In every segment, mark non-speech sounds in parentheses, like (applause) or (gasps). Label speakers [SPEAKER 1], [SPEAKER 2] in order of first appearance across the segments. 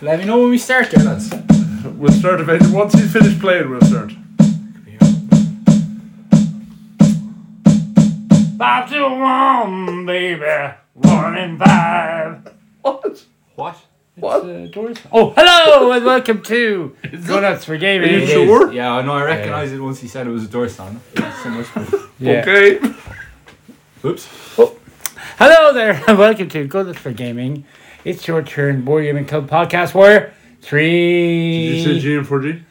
[SPEAKER 1] Let me know when we start there, lads.
[SPEAKER 2] We'll start eventually. Once you finish playing, we'll start.
[SPEAKER 3] Five to one, baby. One in five.
[SPEAKER 2] What?
[SPEAKER 1] (laughs) What?
[SPEAKER 2] What?
[SPEAKER 1] It's, uh, doors. Oh, hello and welcome to Go Nuts for Gaming.
[SPEAKER 2] Are you
[SPEAKER 1] It is.
[SPEAKER 2] sure?
[SPEAKER 1] Yeah, I know. I recognised it once he said it was a door sound. Thanks so much. (laughs) For...
[SPEAKER 2] Yeah.
[SPEAKER 1] Yeah.
[SPEAKER 2] Okay.
[SPEAKER 1] Oops.
[SPEAKER 3] Hello there, (laughs) and welcome to Good for Gaming. It's your turn, Board Gaming Club podcast. Where
[SPEAKER 2] You said
[SPEAKER 3] three.
[SPEAKER 2] G and 4G?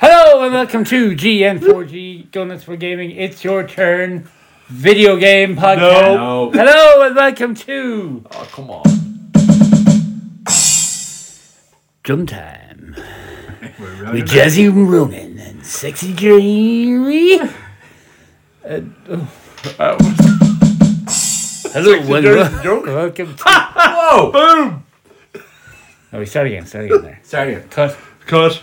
[SPEAKER 3] Hello and welcome to GN4G Donuts for Gaming. It's your turn, video game podcast.
[SPEAKER 1] No.
[SPEAKER 3] Hello and welcome to
[SPEAKER 2] Oh, come on.
[SPEAKER 3] Drum Time
[SPEAKER 1] We're
[SPEAKER 3] with
[SPEAKER 1] running out.
[SPEAKER 3] Jazzy Ronan and Sexy Jerry.
[SPEAKER 2] Uh, (laughs)
[SPEAKER 3] Hello and
[SPEAKER 2] there's
[SPEAKER 3] wel-
[SPEAKER 2] the (laughs) joke.
[SPEAKER 3] welcome to.
[SPEAKER 1] Whoa!
[SPEAKER 2] Boom!
[SPEAKER 3] Oh, we start again. Start again there.
[SPEAKER 1] Sorry.
[SPEAKER 3] Cut.
[SPEAKER 2] Cut.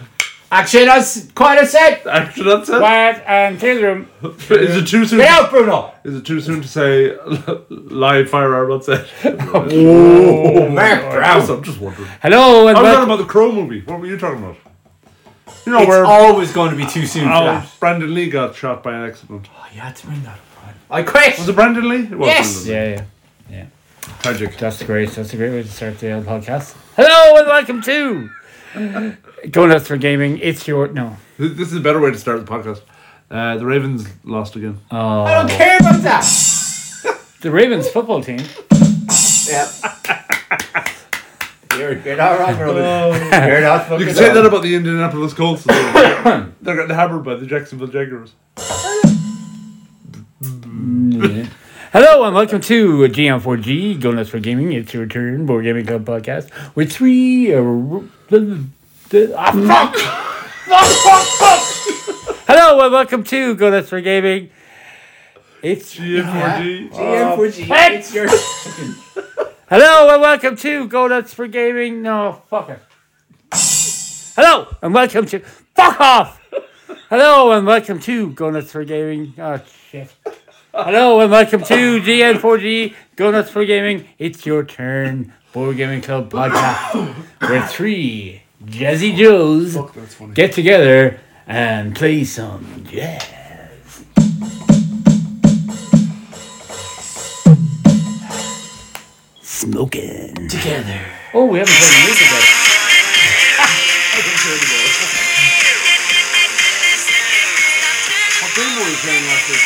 [SPEAKER 1] Actually, that's quite a set.
[SPEAKER 2] Actually, that's it.
[SPEAKER 3] Quiet and clear the room.
[SPEAKER 2] Is it too soon?
[SPEAKER 1] Get out, Bruno.
[SPEAKER 2] Is it too soon to say (laughs) live firearm? That's it.
[SPEAKER 1] Mark
[SPEAKER 2] Yes,
[SPEAKER 1] Brown.
[SPEAKER 2] I'm just wondering.
[SPEAKER 3] Hello and
[SPEAKER 2] I was talking
[SPEAKER 3] welcome.
[SPEAKER 2] about the Crow movie. What were you talking about? You know
[SPEAKER 1] It's
[SPEAKER 2] where
[SPEAKER 1] always going to be too soon for
[SPEAKER 2] oh,
[SPEAKER 1] that.
[SPEAKER 2] Brandon Lee got shot by an accident.
[SPEAKER 1] Oh, you had to bring that up, Brian. I quit.
[SPEAKER 2] Was it Brandon Lee? It was
[SPEAKER 1] Yes.
[SPEAKER 2] Brandon
[SPEAKER 3] Yeah, yeah.
[SPEAKER 2] Lee. Tragic.
[SPEAKER 3] That's great. That's a great way to start the old podcast. Hello and welcome to Donuts for Gaming. It's your no.
[SPEAKER 2] Th- This is a better way to start the podcast. Uh, the Ravens lost again.
[SPEAKER 1] I don't care about that.
[SPEAKER 3] Oh. The Ravens football team.
[SPEAKER 1] Yeah. (laughs) You're, you're not wrong, Ronan. You're not fucking
[SPEAKER 2] You can say
[SPEAKER 1] wrong.
[SPEAKER 2] that about the Indianapolis Colts.
[SPEAKER 3] (coughs)
[SPEAKER 2] as well. They're getting hammered by the Jacksonville Jaguars.
[SPEAKER 3] (laughs) Hello and welcome to GM4G Donuts for Gaming. It's your turn, Board Gaming Club podcast with three. Uh, r- the- the- ah, fuck! (laughs) Fuck! Fuck! Fuck! Hello and welcome to Donuts for Gaming. It's
[SPEAKER 2] GM4G.
[SPEAKER 1] GM for G.
[SPEAKER 3] fuck.
[SPEAKER 1] It's your.
[SPEAKER 3] Hello and welcome to Go Nuts for Gaming. No, fuck it. Hello and welcome to. Fuck off! Hello and welcome to Go Nuts for Gaming. Oh, shit. Hello and welcome to GN4G Go Nuts for Gaming. It's your turn, Board Gaming Club podcast, where three Jazzy Joes
[SPEAKER 2] That's funny.
[SPEAKER 3] get together and play some jazz. Smoking.
[SPEAKER 1] Together.
[SPEAKER 3] Oh, we haven't played music yet.
[SPEAKER 2] What game were we playing last week?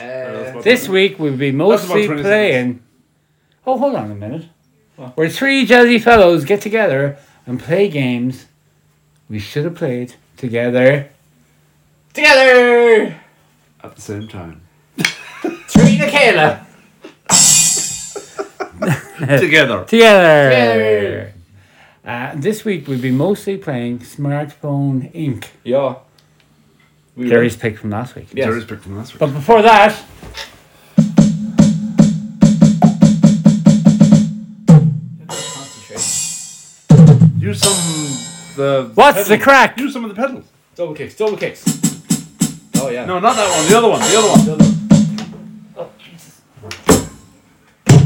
[SPEAKER 1] Uh,
[SPEAKER 3] This week we'll be
[SPEAKER 2] about 20
[SPEAKER 3] mostly
[SPEAKER 2] seconds.
[SPEAKER 3] playing. Oh, hold on a minute. Where three jazzy fellows get together and play games we should have played together.
[SPEAKER 1] together.
[SPEAKER 2] At the same
[SPEAKER 3] (laughs)
[SPEAKER 2] time.
[SPEAKER 1] Trina Kayla.
[SPEAKER 2] Together.
[SPEAKER 3] Together.
[SPEAKER 1] Together.
[SPEAKER 3] Uh, this week we'll be mostly playing Smartphone Inc.
[SPEAKER 1] Yeah. We
[SPEAKER 3] Jerry's pick from last week.
[SPEAKER 1] Yes.
[SPEAKER 2] Jerry's picked from last week.
[SPEAKER 3] But before that,
[SPEAKER 1] Concentrate.
[SPEAKER 2] Use some the.
[SPEAKER 3] What's the
[SPEAKER 2] pedals.
[SPEAKER 3] crack?
[SPEAKER 2] Use some of the pedals.
[SPEAKER 1] Double kicks, double kicks. Oh yeah.
[SPEAKER 2] No, not that one. The other one. The other one.
[SPEAKER 1] Double. Oh Jesus. There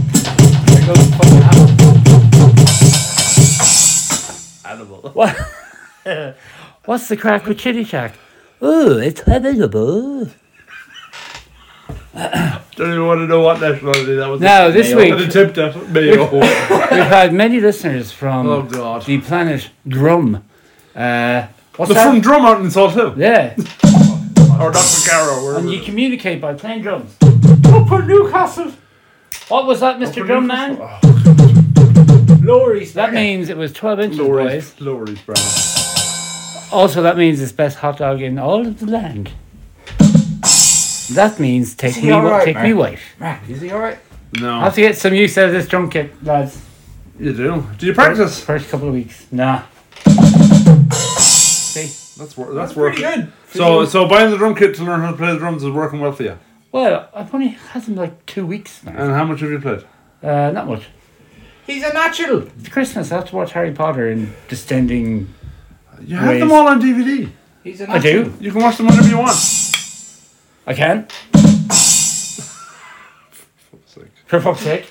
[SPEAKER 1] goes the fucking hammer.
[SPEAKER 2] Animal.
[SPEAKER 3] (laughs) what? What's the crack with Chitty Shack? Oh, it's available.
[SPEAKER 2] (laughs) Don't even want to know what nationality that was.
[SPEAKER 3] Now, this
[SPEAKER 2] And
[SPEAKER 3] week,
[SPEAKER 2] attempt at
[SPEAKER 3] (laughs)
[SPEAKER 2] mayo.
[SPEAKER 3] we've had many listeners from
[SPEAKER 2] Oh, God.
[SPEAKER 3] the planet Drum. Uh, what's
[SPEAKER 2] the
[SPEAKER 3] that?
[SPEAKER 2] from drum out in Salt Hill. (laughs)
[SPEAKER 3] yeah,
[SPEAKER 2] Or Dr. Garrow. wherever
[SPEAKER 3] and
[SPEAKER 2] it
[SPEAKER 3] you
[SPEAKER 2] is.
[SPEAKER 3] communicate by playing drums. Upper Newcastle. What was that, Mr.
[SPEAKER 2] Oh.
[SPEAKER 3] Drumman?
[SPEAKER 1] Lower East.
[SPEAKER 3] That means it was 12 inches,
[SPEAKER 2] Lower
[SPEAKER 3] boys.
[SPEAKER 2] East, Lower East Brown.
[SPEAKER 3] Also, that means it's best hot dog in all of the land. That means take
[SPEAKER 1] he
[SPEAKER 3] me,
[SPEAKER 1] all
[SPEAKER 3] wa-
[SPEAKER 1] right,
[SPEAKER 3] take me
[SPEAKER 1] man?
[SPEAKER 3] wife.
[SPEAKER 1] Right, is he alright?
[SPEAKER 3] I
[SPEAKER 2] No.
[SPEAKER 3] have to get some use out of this drum kit, lads.
[SPEAKER 2] You do. Do you practice?
[SPEAKER 3] First couple of weeks. Nah. See?
[SPEAKER 2] That's, wor- that's
[SPEAKER 1] Pretty
[SPEAKER 2] working.
[SPEAKER 1] good.
[SPEAKER 2] So, so buying the drum kit to learn how to play the drums is working well for you.
[SPEAKER 3] Well, I've only had them like two weeks now.
[SPEAKER 2] And how much have you played?
[SPEAKER 3] Uh, not much.
[SPEAKER 1] He's a natural.
[SPEAKER 3] It's Christmas. I have to watch Harry Potter and distending.
[SPEAKER 2] You have
[SPEAKER 3] Ways.
[SPEAKER 2] them all on DVD.
[SPEAKER 1] He's a
[SPEAKER 3] I
[SPEAKER 1] natural.
[SPEAKER 3] do.
[SPEAKER 2] You can watch them whenever you want.
[SPEAKER 3] I can. For fuck's sake.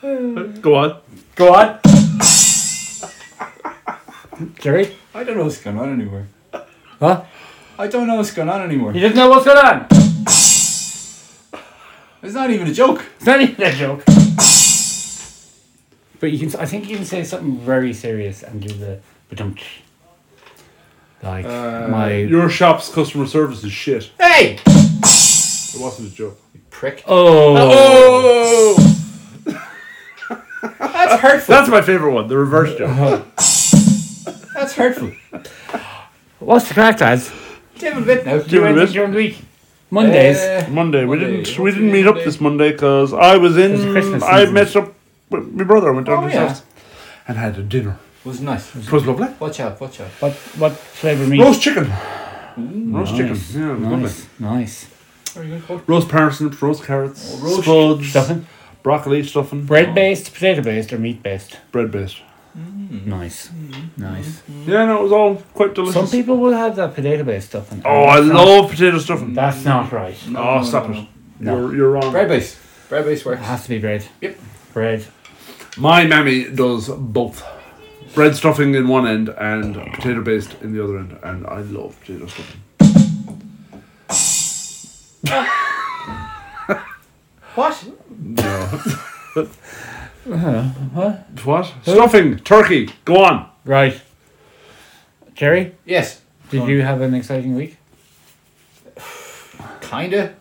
[SPEAKER 2] Go on.
[SPEAKER 3] Go on. Jerry?
[SPEAKER 1] I don't know what's going on anymore.
[SPEAKER 3] Huh?
[SPEAKER 1] I don't know what's going on anymore.
[SPEAKER 3] You didn't know what's going on?
[SPEAKER 1] It's not even a joke.
[SPEAKER 3] It's not even a joke. But you can, I think you can say something very serious and do the badumch. Like my
[SPEAKER 2] Your shop's customer service is shit.
[SPEAKER 1] Hey!
[SPEAKER 2] It wasn't a joke.
[SPEAKER 1] Prick.
[SPEAKER 3] oh,
[SPEAKER 1] Oh! (laughs) That's hurtful.
[SPEAKER 2] That's my favorite one. The reverse
[SPEAKER 3] Uh-huh.
[SPEAKER 2] joke.
[SPEAKER 1] That's hurtful.
[SPEAKER 3] what's the crack, lads?
[SPEAKER 1] David Bit now. Uh,
[SPEAKER 2] it
[SPEAKER 3] Do
[SPEAKER 2] a
[SPEAKER 3] anything
[SPEAKER 2] bit.
[SPEAKER 3] during the week. Uh, Mondays.
[SPEAKER 2] Monday. We
[SPEAKER 1] Monday.
[SPEAKER 2] didn't. We didn't meet up this Monday because I was
[SPEAKER 3] It's
[SPEAKER 2] in.
[SPEAKER 3] Christmas
[SPEAKER 2] I
[SPEAKER 3] season.
[SPEAKER 2] met up with my brother. I went down
[SPEAKER 1] Oh,
[SPEAKER 2] to his
[SPEAKER 1] yeah.
[SPEAKER 2] house and had a dinner.
[SPEAKER 1] was nice.
[SPEAKER 2] It was lovely.
[SPEAKER 1] Watch out, watch out.
[SPEAKER 3] what what flavour meat?
[SPEAKER 2] Roast chicken. roast chicken. Yeah, it was lovely.
[SPEAKER 3] nice, nice.
[SPEAKER 1] Mm. Are you going
[SPEAKER 2] Roast parsnips, roast carrots,
[SPEAKER 1] roast
[SPEAKER 2] spuds,
[SPEAKER 3] Stuffing?
[SPEAKER 2] broccoli stuffing,
[SPEAKER 3] Bread based, potato based, or meat based?
[SPEAKER 2] bread based.
[SPEAKER 3] Nice, nice.
[SPEAKER 2] Yeah, no, it was all quite
[SPEAKER 3] Some
[SPEAKER 2] delicious.
[SPEAKER 3] people will have that potato based stuff. in-
[SPEAKER 2] oh, I
[SPEAKER 3] that's not-
[SPEAKER 2] love potato stuffing.
[SPEAKER 3] That's not right.
[SPEAKER 2] oh, stop it. You're, you're wrong.
[SPEAKER 1] Bread base. Bread base
[SPEAKER 3] It
[SPEAKER 1] works.
[SPEAKER 3] has to be bread.
[SPEAKER 1] Yep.
[SPEAKER 3] Bread.
[SPEAKER 2] My mammy does both. Bread stuffing in one end and potato based in the other end, and I love potato stuffing.
[SPEAKER 1] What?
[SPEAKER 2] What? Stuffing, turkey, go on.
[SPEAKER 3] Right. Jerry,
[SPEAKER 1] Yes.
[SPEAKER 3] did you have an exciting week?
[SPEAKER 1] Kinda.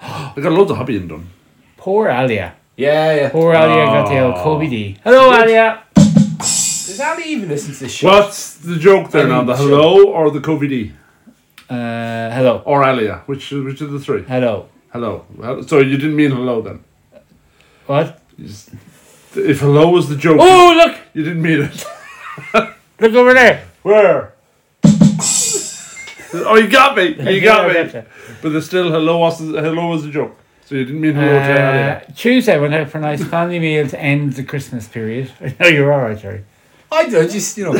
[SPEAKER 2] I got loads of hobbying done.
[SPEAKER 3] Poor Alia.
[SPEAKER 1] Yeah, yeah.
[SPEAKER 3] Poor Alia got the old Kobe D. Hello, Alia.
[SPEAKER 1] Does Ali even listen to this shit?
[SPEAKER 2] What's the joke there
[SPEAKER 1] I
[SPEAKER 2] now?
[SPEAKER 1] mean,
[SPEAKER 2] The
[SPEAKER 1] sure.
[SPEAKER 2] hello or the COVID
[SPEAKER 3] Uh, hello.
[SPEAKER 2] or Alia? Which which of the three?
[SPEAKER 3] Hello.
[SPEAKER 2] Hello. Well, So you didn't mean hello then?
[SPEAKER 3] What?
[SPEAKER 2] You just- if hello was the joke,
[SPEAKER 3] Oh, look!
[SPEAKER 2] you didn't mean it.
[SPEAKER 3] Look over there. Uh,
[SPEAKER 2] Where? (laughs) oh, you got me. You got
[SPEAKER 3] I
[SPEAKER 2] me.
[SPEAKER 3] gotcha.
[SPEAKER 2] But there's still hello was hello was a joke. So you didn't mean hello to
[SPEAKER 3] Uh,
[SPEAKER 2] Alia.
[SPEAKER 3] Tuesday went out for a nice family meal to end the Christmas period. I know you're all right, Jerry.
[SPEAKER 1] I don't just you know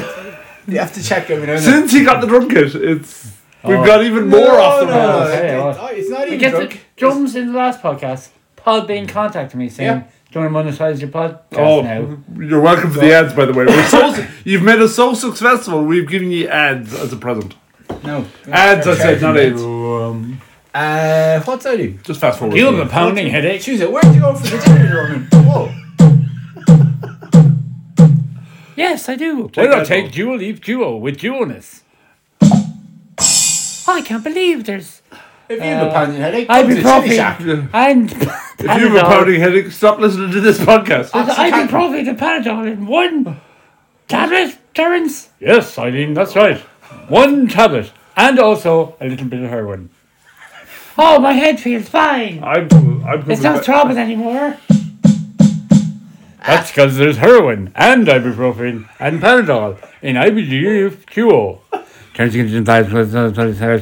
[SPEAKER 1] you have to check every now and then.
[SPEAKER 2] Since he got the drum kit, it's we've
[SPEAKER 3] Oh.
[SPEAKER 2] got even more off the
[SPEAKER 1] no,
[SPEAKER 2] rails.
[SPEAKER 1] no,
[SPEAKER 3] Hey,
[SPEAKER 1] it-
[SPEAKER 3] what?
[SPEAKER 1] oh, it's not
[SPEAKER 3] I
[SPEAKER 1] even
[SPEAKER 3] guess
[SPEAKER 1] drunk.
[SPEAKER 3] it drums in the last podcast. Pod being contacted me saying,
[SPEAKER 1] Yeah.
[SPEAKER 3] "Do you want to monetize your podcast
[SPEAKER 2] Oh,
[SPEAKER 3] now?"
[SPEAKER 2] you're welcome for the ads, by the way. We're so, you've made us so successful. We've given you ads as a present.
[SPEAKER 1] No.
[SPEAKER 2] Ads, I said, not ads.
[SPEAKER 3] Um,
[SPEAKER 1] Uh, what's I do?
[SPEAKER 2] Just fast forward.
[SPEAKER 3] you
[SPEAKER 2] to
[SPEAKER 3] have a
[SPEAKER 2] it.
[SPEAKER 3] pounding headache.
[SPEAKER 1] Tuesday, where would you go for the dinner,
[SPEAKER 3] (laughs)
[SPEAKER 1] Roman? Whoa.
[SPEAKER 3] Yes, I do.
[SPEAKER 2] Take
[SPEAKER 3] Why not
[SPEAKER 2] that
[SPEAKER 3] take
[SPEAKER 2] one.
[SPEAKER 3] Dual Leaf Duo with Dualness? I can't believe there's.
[SPEAKER 1] If
[SPEAKER 3] Uh,
[SPEAKER 1] you have a pounding headache, go to the chili
[SPEAKER 3] (laughs)
[SPEAKER 1] shack.
[SPEAKER 3] Ibuprofen and
[SPEAKER 2] If you have a pounding headache, stop listening to this podcast.
[SPEAKER 3] Ibuprofen and Panadol in one tablet, Terence? Yes, Eileen, that's right. One tablet and also a little bit of heroin. Oh, my head feels fine.
[SPEAKER 2] I'm, I'm coming
[SPEAKER 3] It's not
[SPEAKER 2] back.
[SPEAKER 3] throbbing anymore. That's because there's heroin and ibuprofen and Panadol in IBGQO. Terms and conditions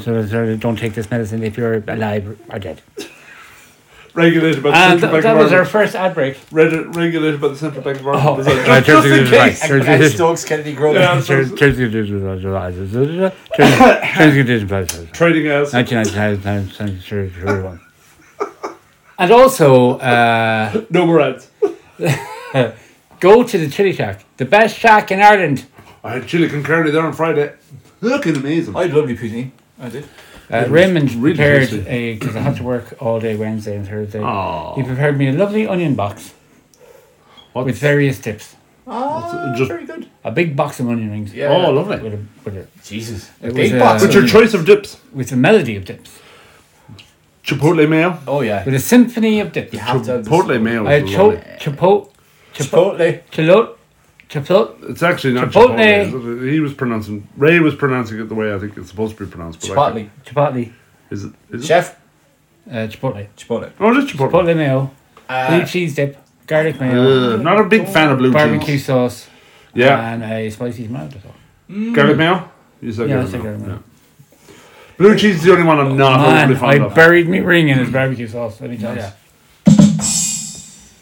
[SPEAKER 3] apply. Don't take this medicine if you're alive or dead.
[SPEAKER 2] regulated by the
[SPEAKER 3] And
[SPEAKER 2] Central Bank
[SPEAKER 3] that
[SPEAKER 2] of
[SPEAKER 3] was our
[SPEAKER 2] Ireland.
[SPEAKER 3] first ad break.
[SPEAKER 2] Reg- regulated by the Central Bank of
[SPEAKER 3] Oh,
[SPEAKER 2] Ireland. Just-
[SPEAKER 3] Right,
[SPEAKER 2] just in
[SPEAKER 3] regulated by-
[SPEAKER 2] case.
[SPEAKER 1] And Glenn Stokes Kennedy Grove.
[SPEAKER 2] Yeah.
[SPEAKER 3] Terms and conditions apply. Terms and conditions apply.
[SPEAKER 2] Trading ads.
[SPEAKER 3] 1999 times- times three, three, one. And also, uh,
[SPEAKER 2] No more ads.
[SPEAKER 3] go to the Chili Shack, the best shack in Ireland.
[SPEAKER 2] I had chili con carne there on Friday. Looking amazing.
[SPEAKER 1] I had lovely poutine. I did.
[SPEAKER 3] Uh, Raymond
[SPEAKER 2] really
[SPEAKER 3] prepared
[SPEAKER 2] tasty.
[SPEAKER 3] a because I had to work all day Wednesday and Thursday.
[SPEAKER 2] Aw.
[SPEAKER 3] He prepared me a lovely onion box
[SPEAKER 2] What's-
[SPEAKER 3] with various dips.
[SPEAKER 1] Ah,
[SPEAKER 2] just-
[SPEAKER 1] very good.
[SPEAKER 3] A big box of onion rings.
[SPEAKER 1] Yeah.
[SPEAKER 2] oh,
[SPEAKER 3] With
[SPEAKER 2] lovely.
[SPEAKER 3] a, with, a,
[SPEAKER 1] Jesus.
[SPEAKER 3] It
[SPEAKER 1] Big
[SPEAKER 3] was,
[SPEAKER 1] box.
[SPEAKER 3] uh,
[SPEAKER 2] What's your choice of dips?
[SPEAKER 3] with a melody of dips.
[SPEAKER 2] Chipotle mayo.
[SPEAKER 1] (laughs) Oh, yeah.
[SPEAKER 3] With a symphony of dips.
[SPEAKER 1] You have to have this.
[SPEAKER 2] Chipotle mayo.
[SPEAKER 3] I had
[SPEAKER 2] is
[SPEAKER 3] cho-
[SPEAKER 2] lovely.
[SPEAKER 3] chipotle,
[SPEAKER 1] Chipotle.
[SPEAKER 3] chipotle, chipotle,
[SPEAKER 2] It's actually not
[SPEAKER 3] Chipotle.
[SPEAKER 2] Chipotle. is it? He was pronouncing. Ray was pronouncing it the way I think it's supposed to be pronounced. But I
[SPEAKER 1] Chipotle.
[SPEAKER 2] think-
[SPEAKER 3] chipotle,
[SPEAKER 2] Is it? Is it?
[SPEAKER 1] Chef.
[SPEAKER 3] uh, chipotle,
[SPEAKER 1] Chipotle.
[SPEAKER 2] Oh, it is Chipotle.
[SPEAKER 3] chipotle mayo, blue
[SPEAKER 1] Uh,
[SPEAKER 3] cheese dip, garlic mayo,
[SPEAKER 2] Uh, not a big fan of blue
[SPEAKER 3] barbecue
[SPEAKER 2] cheese.
[SPEAKER 3] sauce,
[SPEAKER 2] Yeah,
[SPEAKER 3] and a spicy tomato sauce.
[SPEAKER 2] garlic mayo. You said
[SPEAKER 3] Yeah, I
[SPEAKER 2] garlic
[SPEAKER 3] said
[SPEAKER 2] mayo.
[SPEAKER 3] garlic mayo.
[SPEAKER 2] Yeah. Blue cheese is the only one I'm not
[SPEAKER 3] Man,
[SPEAKER 2] overly
[SPEAKER 3] I
[SPEAKER 2] fond of.
[SPEAKER 3] buried me ring in his barbecue sauce. Let me tell
[SPEAKER 1] Nice.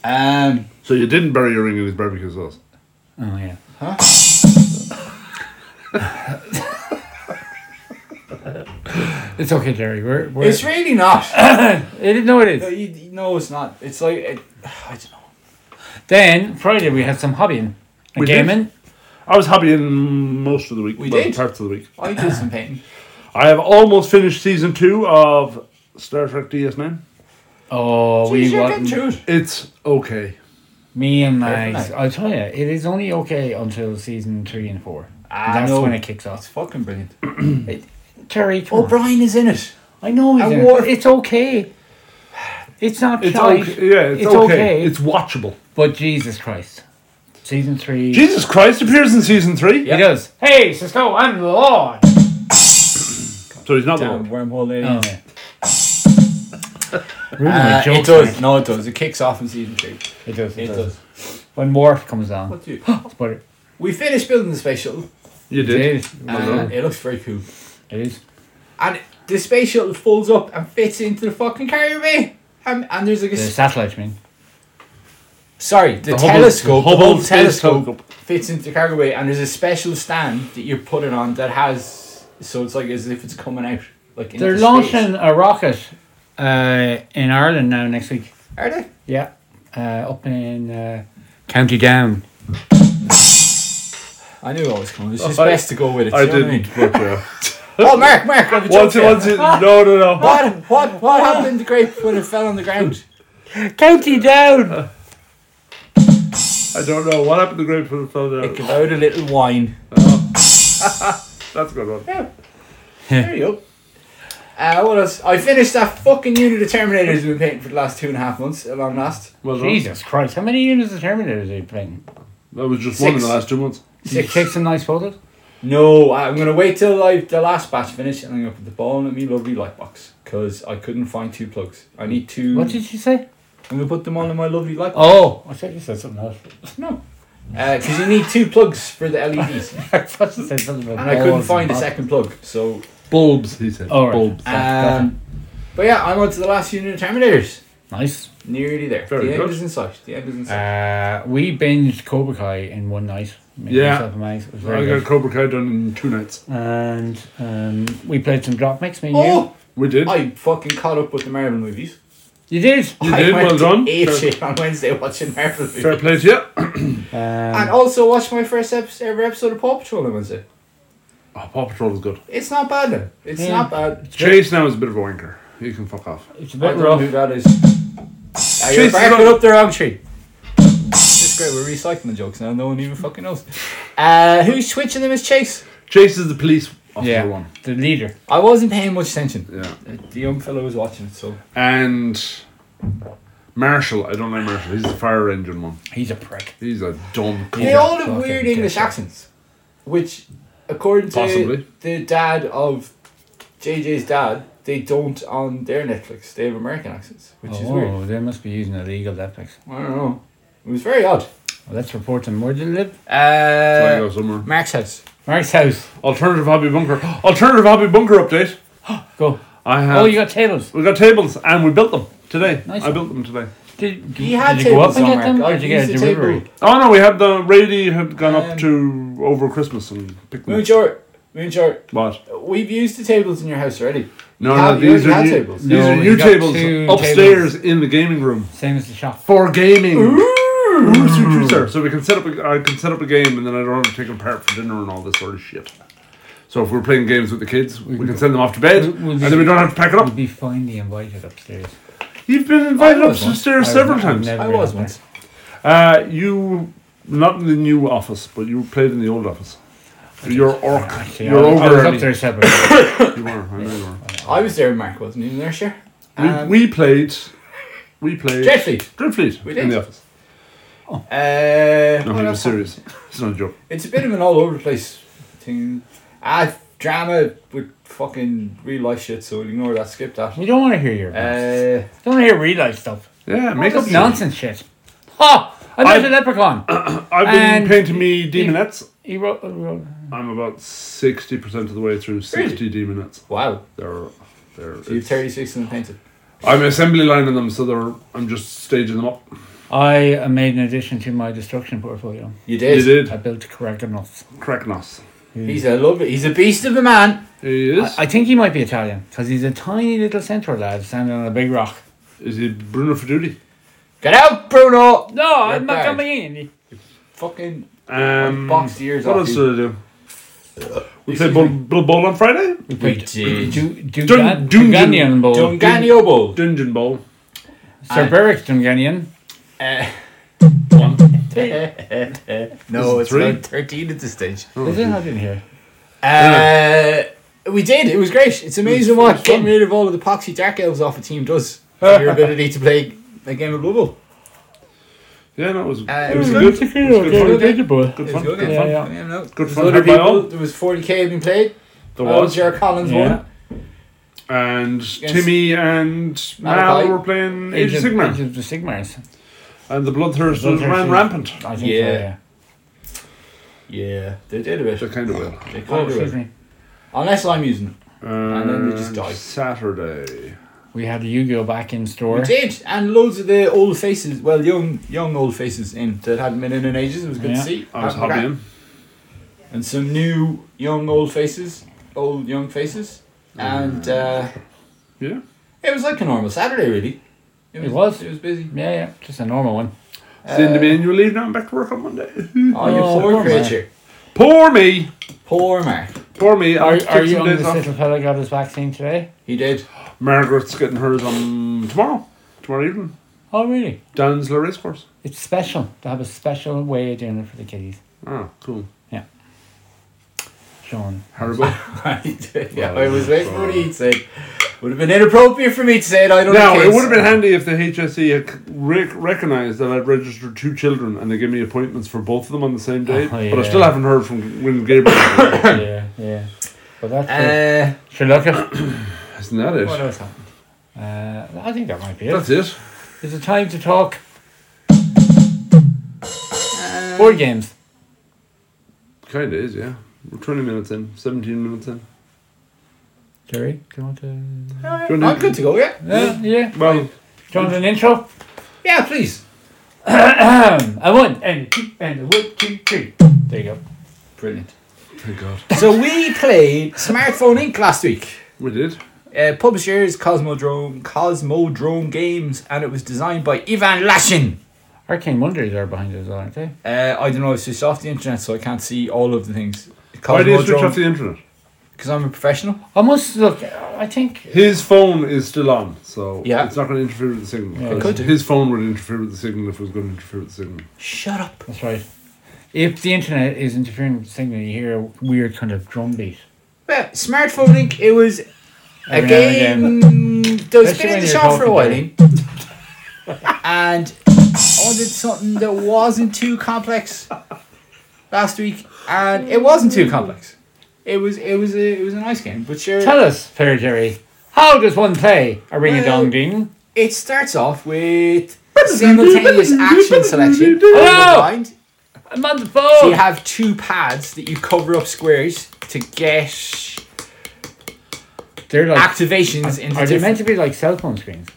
[SPEAKER 1] um,
[SPEAKER 2] so you didn't bury your ring in his barbecue sauce.
[SPEAKER 3] you. Oh yeah. It's okay, Jerry. We're, we're
[SPEAKER 1] it's really not.
[SPEAKER 3] it, no, it
[SPEAKER 4] (sighs)
[SPEAKER 3] is.
[SPEAKER 1] No, you, you- no, it's not. It's like it, I don't know.
[SPEAKER 3] Then Friday we had some hobbying and
[SPEAKER 2] We did.
[SPEAKER 3] gaming.
[SPEAKER 2] I was happy in most of the week.
[SPEAKER 4] We
[SPEAKER 2] well,
[SPEAKER 4] did.
[SPEAKER 2] Parts of the week.
[SPEAKER 4] I do some (sighs) painting.
[SPEAKER 2] I have almost finished season two of Star Trek DS9.
[SPEAKER 3] Oh,
[SPEAKER 4] We
[SPEAKER 3] we
[SPEAKER 4] should get
[SPEAKER 3] was
[SPEAKER 4] through it.
[SPEAKER 2] It's okay.
[SPEAKER 3] me and my.
[SPEAKER 4] Definitely.
[SPEAKER 3] I'll tell you, it is only okay until season three and four.
[SPEAKER 4] Ah,
[SPEAKER 3] That's
[SPEAKER 4] no.
[SPEAKER 3] when it kicks
[SPEAKER 4] It's
[SPEAKER 3] off.
[SPEAKER 4] fucking brilliant.
[SPEAKER 3] Terry, come on.
[SPEAKER 4] O'Brien Oh, is in it.
[SPEAKER 3] I know he's
[SPEAKER 4] And
[SPEAKER 3] in it,
[SPEAKER 4] what-
[SPEAKER 3] but It's okay. It's not
[SPEAKER 2] It's
[SPEAKER 3] shite,
[SPEAKER 2] okay. Yeah, it's,
[SPEAKER 3] It's
[SPEAKER 2] okay.
[SPEAKER 3] okay.
[SPEAKER 2] It's watchable.
[SPEAKER 3] but Jesus Christ, season three.
[SPEAKER 2] Jesus Christ appears in season three.
[SPEAKER 3] He does. Hey, Cisco, I'm the Lord.
[SPEAKER 2] So he's not the
[SPEAKER 4] Damn
[SPEAKER 2] one.
[SPEAKER 4] wormhole lady.
[SPEAKER 3] Oh, yeah. Ruining my
[SPEAKER 4] Uh, it
[SPEAKER 3] joke,
[SPEAKER 4] does.
[SPEAKER 3] man.
[SPEAKER 4] No, it does. It kicks off in season three.
[SPEAKER 3] It does. It,
[SPEAKER 4] It
[SPEAKER 3] does.
[SPEAKER 4] does.
[SPEAKER 3] When Morph comes on,
[SPEAKER 4] What do you? (gasps)
[SPEAKER 3] but
[SPEAKER 4] We finished building the special.
[SPEAKER 2] You
[SPEAKER 3] it
[SPEAKER 2] did.
[SPEAKER 3] is.
[SPEAKER 4] And it looks very cool.
[SPEAKER 3] It is.
[SPEAKER 4] And the space shuttle folds up and fits into the fucking carrier bay. And, and there's like a
[SPEAKER 3] The
[SPEAKER 4] s-
[SPEAKER 3] satellite, I mean.
[SPEAKER 4] sorry, the,
[SPEAKER 2] Hubble-
[SPEAKER 4] telescope,
[SPEAKER 2] Hubble
[SPEAKER 4] the whole
[SPEAKER 2] Space
[SPEAKER 4] telescope,
[SPEAKER 2] Telescope.
[SPEAKER 4] fits into the carrier bay, and there's a special stand that you put it on that has so it's like as if it's coming out. Like into
[SPEAKER 3] They're
[SPEAKER 4] space.
[SPEAKER 3] launching a rocket uh, in Ireland now next week.
[SPEAKER 4] Are they?
[SPEAKER 3] Yeah, uh, up in uh, County Down.
[SPEAKER 4] I knew I was coming. It's just
[SPEAKER 2] I-
[SPEAKER 4] best to go with it.
[SPEAKER 2] I
[SPEAKER 4] do you know what
[SPEAKER 2] didn't. But, yeah.
[SPEAKER 4] I mean? Oh, Mark, Mark, I've
[SPEAKER 2] once, it, once, it, no, no, no.
[SPEAKER 4] (laughs) What, what, what happened to Grape when it fell on the ground?
[SPEAKER 3] County Down.
[SPEAKER 2] I don't know what happened to Grape for the
[SPEAKER 4] It
[SPEAKER 2] Thunder.
[SPEAKER 4] gave out a little wine.
[SPEAKER 2] That's a good one.
[SPEAKER 4] There you go. Uh, what else? I finished that fucking unit of Terminators we've been painting for the last two and a half months, at long last.
[SPEAKER 2] Well done.
[SPEAKER 3] Jesus Christ! How many units of Terminators are you playing?
[SPEAKER 2] That was just one in the
[SPEAKER 4] Six.
[SPEAKER 2] last two months.
[SPEAKER 3] Did you take some nice photos?
[SPEAKER 4] No, I'm gonna wait till I, the last batch finish and I'm gonna put the ball in my lovely light box because I couldn't find two plugs. I need two.
[SPEAKER 3] What did you say?
[SPEAKER 4] I'm gonna put them all in my lovely light box.
[SPEAKER 3] Oh, I thought you said something else. (laughs)
[SPEAKER 4] No, because you need two plugs for the LEDs, and
[SPEAKER 3] I thought you said something about
[SPEAKER 4] I couldn't
[SPEAKER 3] balls
[SPEAKER 4] find a
[SPEAKER 3] and-
[SPEAKER 4] second plug. So,
[SPEAKER 2] Bulbs, he said.
[SPEAKER 3] All right.
[SPEAKER 2] Bulbs.
[SPEAKER 4] um, but yeah, I'm on to the last unit of Terminators.
[SPEAKER 3] Nice.
[SPEAKER 4] Nearly there.
[SPEAKER 2] Very
[SPEAKER 4] the
[SPEAKER 2] good.
[SPEAKER 4] end is in sight. The end is in sight.
[SPEAKER 3] Uh, we binged Cobra Kai in one night. Me,
[SPEAKER 2] Yeah.
[SPEAKER 3] myself and Max. It was very
[SPEAKER 2] I got
[SPEAKER 3] good.
[SPEAKER 2] Cobra Kai done in two nights.
[SPEAKER 3] And um, we played some drop mix. Me and
[SPEAKER 4] oh,
[SPEAKER 2] We did.
[SPEAKER 4] I fucking caught up with the Marvel movies.
[SPEAKER 3] you. You did.
[SPEAKER 2] you
[SPEAKER 4] I
[SPEAKER 2] did.
[SPEAKER 4] went
[SPEAKER 2] Well done.
[SPEAKER 4] Ape
[SPEAKER 2] Fair,
[SPEAKER 4] shit on Wednesday watching Marvel movies.
[SPEAKER 2] fair play to you.
[SPEAKER 4] And oh,
[SPEAKER 3] Um,
[SPEAKER 4] also watched my first ep- ever episode of Paw Patrol on Wednesday.
[SPEAKER 2] Oh, Paw Patrol is good.
[SPEAKER 4] It's not bad now. It's
[SPEAKER 3] Yeah.
[SPEAKER 4] not bad.
[SPEAKER 2] Chase now is a bit of a wanker. He can fuck off.
[SPEAKER 3] it's a
[SPEAKER 4] I
[SPEAKER 3] bit
[SPEAKER 4] don't know
[SPEAKER 3] rough.
[SPEAKER 4] who that is. Ah, you're
[SPEAKER 2] Chase,
[SPEAKER 4] barking
[SPEAKER 2] you're-
[SPEAKER 4] up the wrong tree. It's great. We're recycling the jokes now. No one even fucking knows. Uh, who's switching them is Chase.
[SPEAKER 2] Chase is the police officer
[SPEAKER 3] Yeah,
[SPEAKER 2] one.
[SPEAKER 3] the leader.
[SPEAKER 4] I wasn't paying much attention.
[SPEAKER 2] Yeah.
[SPEAKER 4] The young fellow was watching it, so.
[SPEAKER 2] And Marshall. I don't like Marshall. He's the fire engine one.
[SPEAKER 3] He's a prick.
[SPEAKER 2] He's a dumb
[SPEAKER 4] They
[SPEAKER 2] cunt.
[SPEAKER 4] all have weird
[SPEAKER 3] fucking
[SPEAKER 4] English
[SPEAKER 3] dickhead.
[SPEAKER 4] accents, which, according to
[SPEAKER 2] Possibly.
[SPEAKER 4] the dad of JJ's dad, they don't on their Netflix. They have American accents, which is weird.
[SPEAKER 3] Oh, they must be using illegal Netflix.
[SPEAKER 4] I don't know. It was very odd.
[SPEAKER 3] Well, let's report them. Where do you live?
[SPEAKER 2] Try to go
[SPEAKER 4] Uh,
[SPEAKER 2] somewhere.
[SPEAKER 4] Mark's house.
[SPEAKER 3] Mark's house.
[SPEAKER 2] Alternative hobby bunker. Alternative hobby bunker update.
[SPEAKER 3] Go.
[SPEAKER 2] I
[SPEAKER 4] Uh,
[SPEAKER 2] have.
[SPEAKER 3] Oh, you got tables.
[SPEAKER 2] we got tables and we built them today.
[SPEAKER 3] Nice
[SPEAKER 2] I
[SPEAKER 3] one.
[SPEAKER 2] built them today.
[SPEAKER 3] Did,
[SPEAKER 4] He had
[SPEAKER 3] did you go
[SPEAKER 4] tables Oh
[SPEAKER 3] up and get
[SPEAKER 4] somewhere.
[SPEAKER 3] them,
[SPEAKER 4] I
[SPEAKER 3] or did you get a
[SPEAKER 4] used the table.
[SPEAKER 3] delivery?
[SPEAKER 2] Oh no, we had the Rady had gone up
[SPEAKER 4] Um,
[SPEAKER 2] to over Christmas and picked them. up.
[SPEAKER 4] Moonshort, Moonshort,
[SPEAKER 2] What?
[SPEAKER 4] we've used the tables in your house already.
[SPEAKER 2] No,
[SPEAKER 4] have-
[SPEAKER 2] no,
[SPEAKER 4] you
[SPEAKER 2] these
[SPEAKER 4] already
[SPEAKER 2] are
[SPEAKER 4] had
[SPEAKER 2] new,
[SPEAKER 4] tables.
[SPEAKER 2] these
[SPEAKER 3] No,
[SPEAKER 2] are
[SPEAKER 3] you
[SPEAKER 2] new
[SPEAKER 3] got
[SPEAKER 2] tables
[SPEAKER 3] two
[SPEAKER 2] upstairs in the gaming room
[SPEAKER 3] Same as the shop.
[SPEAKER 2] for gaming. Mm. Ooh, sir, true, sir. So we can set up. A, I can set up a game, and then I don't have to take them apart for dinner and all this sort of shit. So if we're playing games with the kids, we can send them off to bed,
[SPEAKER 3] We'll- we'll
[SPEAKER 2] and
[SPEAKER 3] be-
[SPEAKER 2] then we don't have to pack it
[SPEAKER 3] You'd
[SPEAKER 2] up.
[SPEAKER 3] be finally invited upstairs.
[SPEAKER 2] You've been invited
[SPEAKER 4] I was once.
[SPEAKER 2] upstairs
[SPEAKER 3] I
[SPEAKER 2] several
[SPEAKER 3] was- I've
[SPEAKER 2] times.
[SPEAKER 3] never
[SPEAKER 4] I
[SPEAKER 3] been
[SPEAKER 4] was
[SPEAKER 3] up
[SPEAKER 4] once.
[SPEAKER 2] Uh, you not in the new office, but you played in the old office. You're orc.
[SPEAKER 3] there. Actually,
[SPEAKER 2] You're
[SPEAKER 3] I, I was
[SPEAKER 2] over.
[SPEAKER 3] up
[SPEAKER 2] Ernie.
[SPEAKER 3] (laughs) there several
[SPEAKER 2] You are. I know you are.
[SPEAKER 4] I was there, Mark wasn't even there, sure. Um,
[SPEAKER 2] we, we played. We played.
[SPEAKER 4] Dreadfleet.
[SPEAKER 2] Dreadfleet
[SPEAKER 4] We
[SPEAKER 2] in
[SPEAKER 4] did.
[SPEAKER 2] the office.
[SPEAKER 4] Uh,
[SPEAKER 2] No,
[SPEAKER 4] what
[SPEAKER 2] he was
[SPEAKER 4] else?
[SPEAKER 2] serious. It's not a joke.
[SPEAKER 4] It's a bit of an all over the place thing. Ah, drama with fucking real life shit, so ignore that, skip that.
[SPEAKER 3] We don't want to hear your
[SPEAKER 4] Uh,
[SPEAKER 3] Don't want to hear real life stuff.
[SPEAKER 2] Yeah, make
[SPEAKER 3] Make up
[SPEAKER 2] up
[SPEAKER 3] nonsense shit. Ha! I met
[SPEAKER 2] I- (clears throat)
[SPEAKER 3] a leprechaun.
[SPEAKER 2] I've been
[SPEAKER 3] And-
[SPEAKER 2] painting me demonettes.
[SPEAKER 3] he wrote. uh, wrote-
[SPEAKER 2] I'm about sixty percent of the way through sixty demonettes.
[SPEAKER 4] wow,
[SPEAKER 2] They're they're.
[SPEAKER 4] so you're
[SPEAKER 2] it's-
[SPEAKER 4] 36 and painted.
[SPEAKER 2] I'm assembly lining them, so they're. I'm just staging them up.
[SPEAKER 3] I uh, made an addition to my destruction portfolio.
[SPEAKER 4] You did.
[SPEAKER 2] You did.
[SPEAKER 3] I built Kraganos.
[SPEAKER 2] Kraknos.
[SPEAKER 4] He's a lovely, he's a beast of a man.
[SPEAKER 2] He is.
[SPEAKER 3] I think he might be Italian because he's a tiny little centaur lad standing on a big rock.
[SPEAKER 2] is he Bruno Fiduti?
[SPEAKER 4] Get out, Bruno!
[SPEAKER 3] No, I'm
[SPEAKER 4] You're
[SPEAKER 3] not
[SPEAKER 4] bad.
[SPEAKER 3] coming in.
[SPEAKER 4] Fucking
[SPEAKER 2] Um,
[SPEAKER 4] box the ears
[SPEAKER 2] what
[SPEAKER 4] off
[SPEAKER 2] else
[SPEAKER 4] you.
[SPEAKER 2] did I do? We played bowl, Bull Bowl on Friday?
[SPEAKER 4] Wait,
[SPEAKER 3] (clears throat)
[SPEAKER 4] Dun-
[SPEAKER 3] Do do
[SPEAKER 2] Dun-
[SPEAKER 3] Gan-
[SPEAKER 2] Dun-
[SPEAKER 3] Dunganian Bowl.
[SPEAKER 4] Dunganio Bowl.
[SPEAKER 2] Dungeon Bowl.
[SPEAKER 3] Sir Beric Dunganian.
[SPEAKER 4] Eh,
[SPEAKER 2] Is
[SPEAKER 4] (laughs)
[SPEAKER 5] No,
[SPEAKER 2] it
[SPEAKER 5] it's
[SPEAKER 2] three?
[SPEAKER 5] around 13 at this stage.
[SPEAKER 4] Oh,
[SPEAKER 3] Is it not in here?
[SPEAKER 5] Uh,
[SPEAKER 4] we did. It was great. It's amazing what getting rid of all of the poxy dark elves off a team does for (laughs) your ability to play a game of Blue Bowl.
[SPEAKER 2] Yeah, no, it was,
[SPEAKER 4] Uh,
[SPEAKER 2] it was
[SPEAKER 4] it
[SPEAKER 2] good. It was
[SPEAKER 3] Okay,
[SPEAKER 2] good
[SPEAKER 4] okay.
[SPEAKER 2] fun.
[SPEAKER 3] okay, bowl.
[SPEAKER 2] Good
[SPEAKER 4] It
[SPEAKER 2] fun.
[SPEAKER 4] was good.
[SPEAKER 2] Good
[SPEAKER 3] Yeah,
[SPEAKER 2] fun.
[SPEAKER 3] yeah.
[SPEAKER 4] Yeah, no.
[SPEAKER 2] Good
[SPEAKER 4] There's
[SPEAKER 2] fun
[SPEAKER 4] other
[SPEAKER 2] had by
[SPEAKER 4] people.
[SPEAKER 2] all.
[SPEAKER 4] There was 40k being played.
[SPEAKER 2] There
[SPEAKER 4] Oh,
[SPEAKER 2] was.
[SPEAKER 4] Jer Collins
[SPEAKER 3] Yeah.
[SPEAKER 4] won.
[SPEAKER 2] And Timmy and Mal
[SPEAKER 4] Malachi.
[SPEAKER 2] were playing Age of Sigmar.
[SPEAKER 3] Age of the Sigmars.
[SPEAKER 2] And the Bloodthirsters
[SPEAKER 3] Bloodthirsters.
[SPEAKER 2] ran rampant.
[SPEAKER 3] I think so,
[SPEAKER 4] Yeah.
[SPEAKER 3] yeah. Oh,
[SPEAKER 4] Yeah, they did a bit.
[SPEAKER 2] They
[SPEAKER 4] They
[SPEAKER 2] kind of will.
[SPEAKER 4] kind
[SPEAKER 3] Oh,
[SPEAKER 4] of did.
[SPEAKER 3] excuse me.
[SPEAKER 4] Unless I'm using it.
[SPEAKER 2] And
[SPEAKER 4] then they just die.
[SPEAKER 2] Saturday.
[SPEAKER 3] We had the Yu-Gi-Oh back in store.
[SPEAKER 4] We did, and loads of the old faces, well, young, young old faces in that hadn't been in in ages. It was good
[SPEAKER 3] Yeah.
[SPEAKER 4] to see.
[SPEAKER 2] I was
[SPEAKER 4] Having a crack.
[SPEAKER 2] hobbying.
[SPEAKER 4] And some new, young, old faces, old, young faces, and uh,
[SPEAKER 2] Yeah.
[SPEAKER 4] it was like a normal Saturday, really.
[SPEAKER 3] It was.
[SPEAKER 4] It was busy.
[SPEAKER 3] Yeah, yeah, just a normal one. Uh,
[SPEAKER 2] It's the end of annual leave now. I'm back to work on Monday. (laughs)
[SPEAKER 4] Oh, you
[SPEAKER 3] Oh,
[SPEAKER 4] poor,
[SPEAKER 3] poor man.
[SPEAKER 4] creature.
[SPEAKER 2] Poor me.
[SPEAKER 4] Poor Mark.
[SPEAKER 2] Poor me. I'll
[SPEAKER 3] Are,
[SPEAKER 2] take
[SPEAKER 3] are you
[SPEAKER 2] some
[SPEAKER 3] on
[SPEAKER 2] days
[SPEAKER 3] this
[SPEAKER 2] off.
[SPEAKER 3] little fella got his vaccine today?
[SPEAKER 4] He
[SPEAKER 2] (laughs)
[SPEAKER 4] did.
[SPEAKER 2] Margaret's getting hers on tomorrow. Tomorrow evening.
[SPEAKER 3] Oh, really?
[SPEAKER 2] Dan's La Racecourse.
[SPEAKER 3] It's special. They have a special way of doing it for the kiddies.
[SPEAKER 2] Ah, cool.
[SPEAKER 3] Sean.
[SPEAKER 4] (laughs)
[SPEAKER 2] Haribo. Oh,
[SPEAKER 4] yeah, I was waiting for what he'd say. Would have been inappropriate for me to say it. I don't
[SPEAKER 2] Now,
[SPEAKER 4] know.
[SPEAKER 2] it would have been handy if the HSE had c- rec- recognised that I'd registered two children and they gave me appointments for both of them on the same day.
[SPEAKER 3] Oh,
[SPEAKER 2] But I
[SPEAKER 3] yeah.
[SPEAKER 2] still haven't heard from when Gabriel. (coughs)
[SPEAKER 3] yeah, yeah. But that's it.
[SPEAKER 4] Uh,
[SPEAKER 3] Sure, look at.
[SPEAKER 2] Isn't that it?
[SPEAKER 4] what else happened?
[SPEAKER 3] Uh, I think that might be it.
[SPEAKER 2] That's it.
[SPEAKER 3] Is it time to talk? Board games.
[SPEAKER 2] Kind of is, yeah. We're 20 minutes in, 17 minutes in.
[SPEAKER 3] Jerry, do you want to?
[SPEAKER 2] Do you want
[SPEAKER 4] I'm
[SPEAKER 2] to-
[SPEAKER 4] good to go, yeah.
[SPEAKER 3] Yeah, yeah. Do
[SPEAKER 2] Well,
[SPEAKER 3] you want an intro? (clears throat)
[SPEAKER 4] Yeah, please.
[SPEAKER 3] I won. And two, and a one, two, three. There you go.
[SPEAKER 4] Brilliant.
[SPEAKER 2] thank God.
[SPEAKER 4] So we played Smartphone Inc. last week.
[SPEAKER 2] We did.
[SPEAKER 4] Uh, publishers Cosmodrome, Cosmodrome Games, and it was designed by Ivan Lashin.
[SPEAKER 3] Hurricane Wonders are behind us, aren't they?
[SPEAKER 4] Uh, I don't know. I switched off the internet, so I can't see all of the things.
[SPEAKER 2] Why did you switch off the internet?
[SPEAKER 4] Because I'm a professional.
[SPEAKER 3] I must look. I think.
[SPEAKER 2] His phone is still on, so
[SPEAKER 4] Yeah.
[SPEAKER 2] it's not going to interfere with the signal.
[SPEAKER 3] Yeah, it
[SPEAKER 2] 'Cause
[SPEAKER 4] could.
[SPEAKER 2] His phone would interfere with the signal if it was going to interfere with the signal.
[SPEAKER 4] Shut up.
[SPEAKER 3] That's right. If the internet is interfering with the signal, you hear a weird kind of drum beat.
[SPEAKER 4] Well, Smartphone Inc. It was a
[SPEAKER 3] Every now and
[SPEAKER 4] game. that was been
[SPEAKER 3] Especially
[SPEAKER 4] in
[SPEAKER 3] when
[SPEAKER 4] the
[SPEAKER 3] you're
[SPEAKER 4] shop for a
[SPEAKER 3] talking
[SPEAKER 4] while,
[SPEAKER 3] to-
[SPEAKER 4] Ian. (laughs) and I wanted something that wasn't too complex last week, and it wasn't too complex. It was it was a it was a nice game, but sure.
[SPEAKER 3] Tell us, Fair Jerry, how does one play a ring a dong ding?
[SPEAKER 4] It starts off with simultaneous action selection.
[SPEAKER 3] (laughs) Hello!
[SPEAKER 4] Blind.
[SPEAKER 3] I'm on the
[SPEAKER 4] So
[SPEAKER 3] phone.
[SPEAKER 4] you have two pads that you cover up squares to get
[SPEAKER 3] They're like.
[SPEAKER 4] activations into
[SPEAKER 3] Are they
[SPEAKER 4] different.
[SPEAKER 3] meant to be like cell phone screens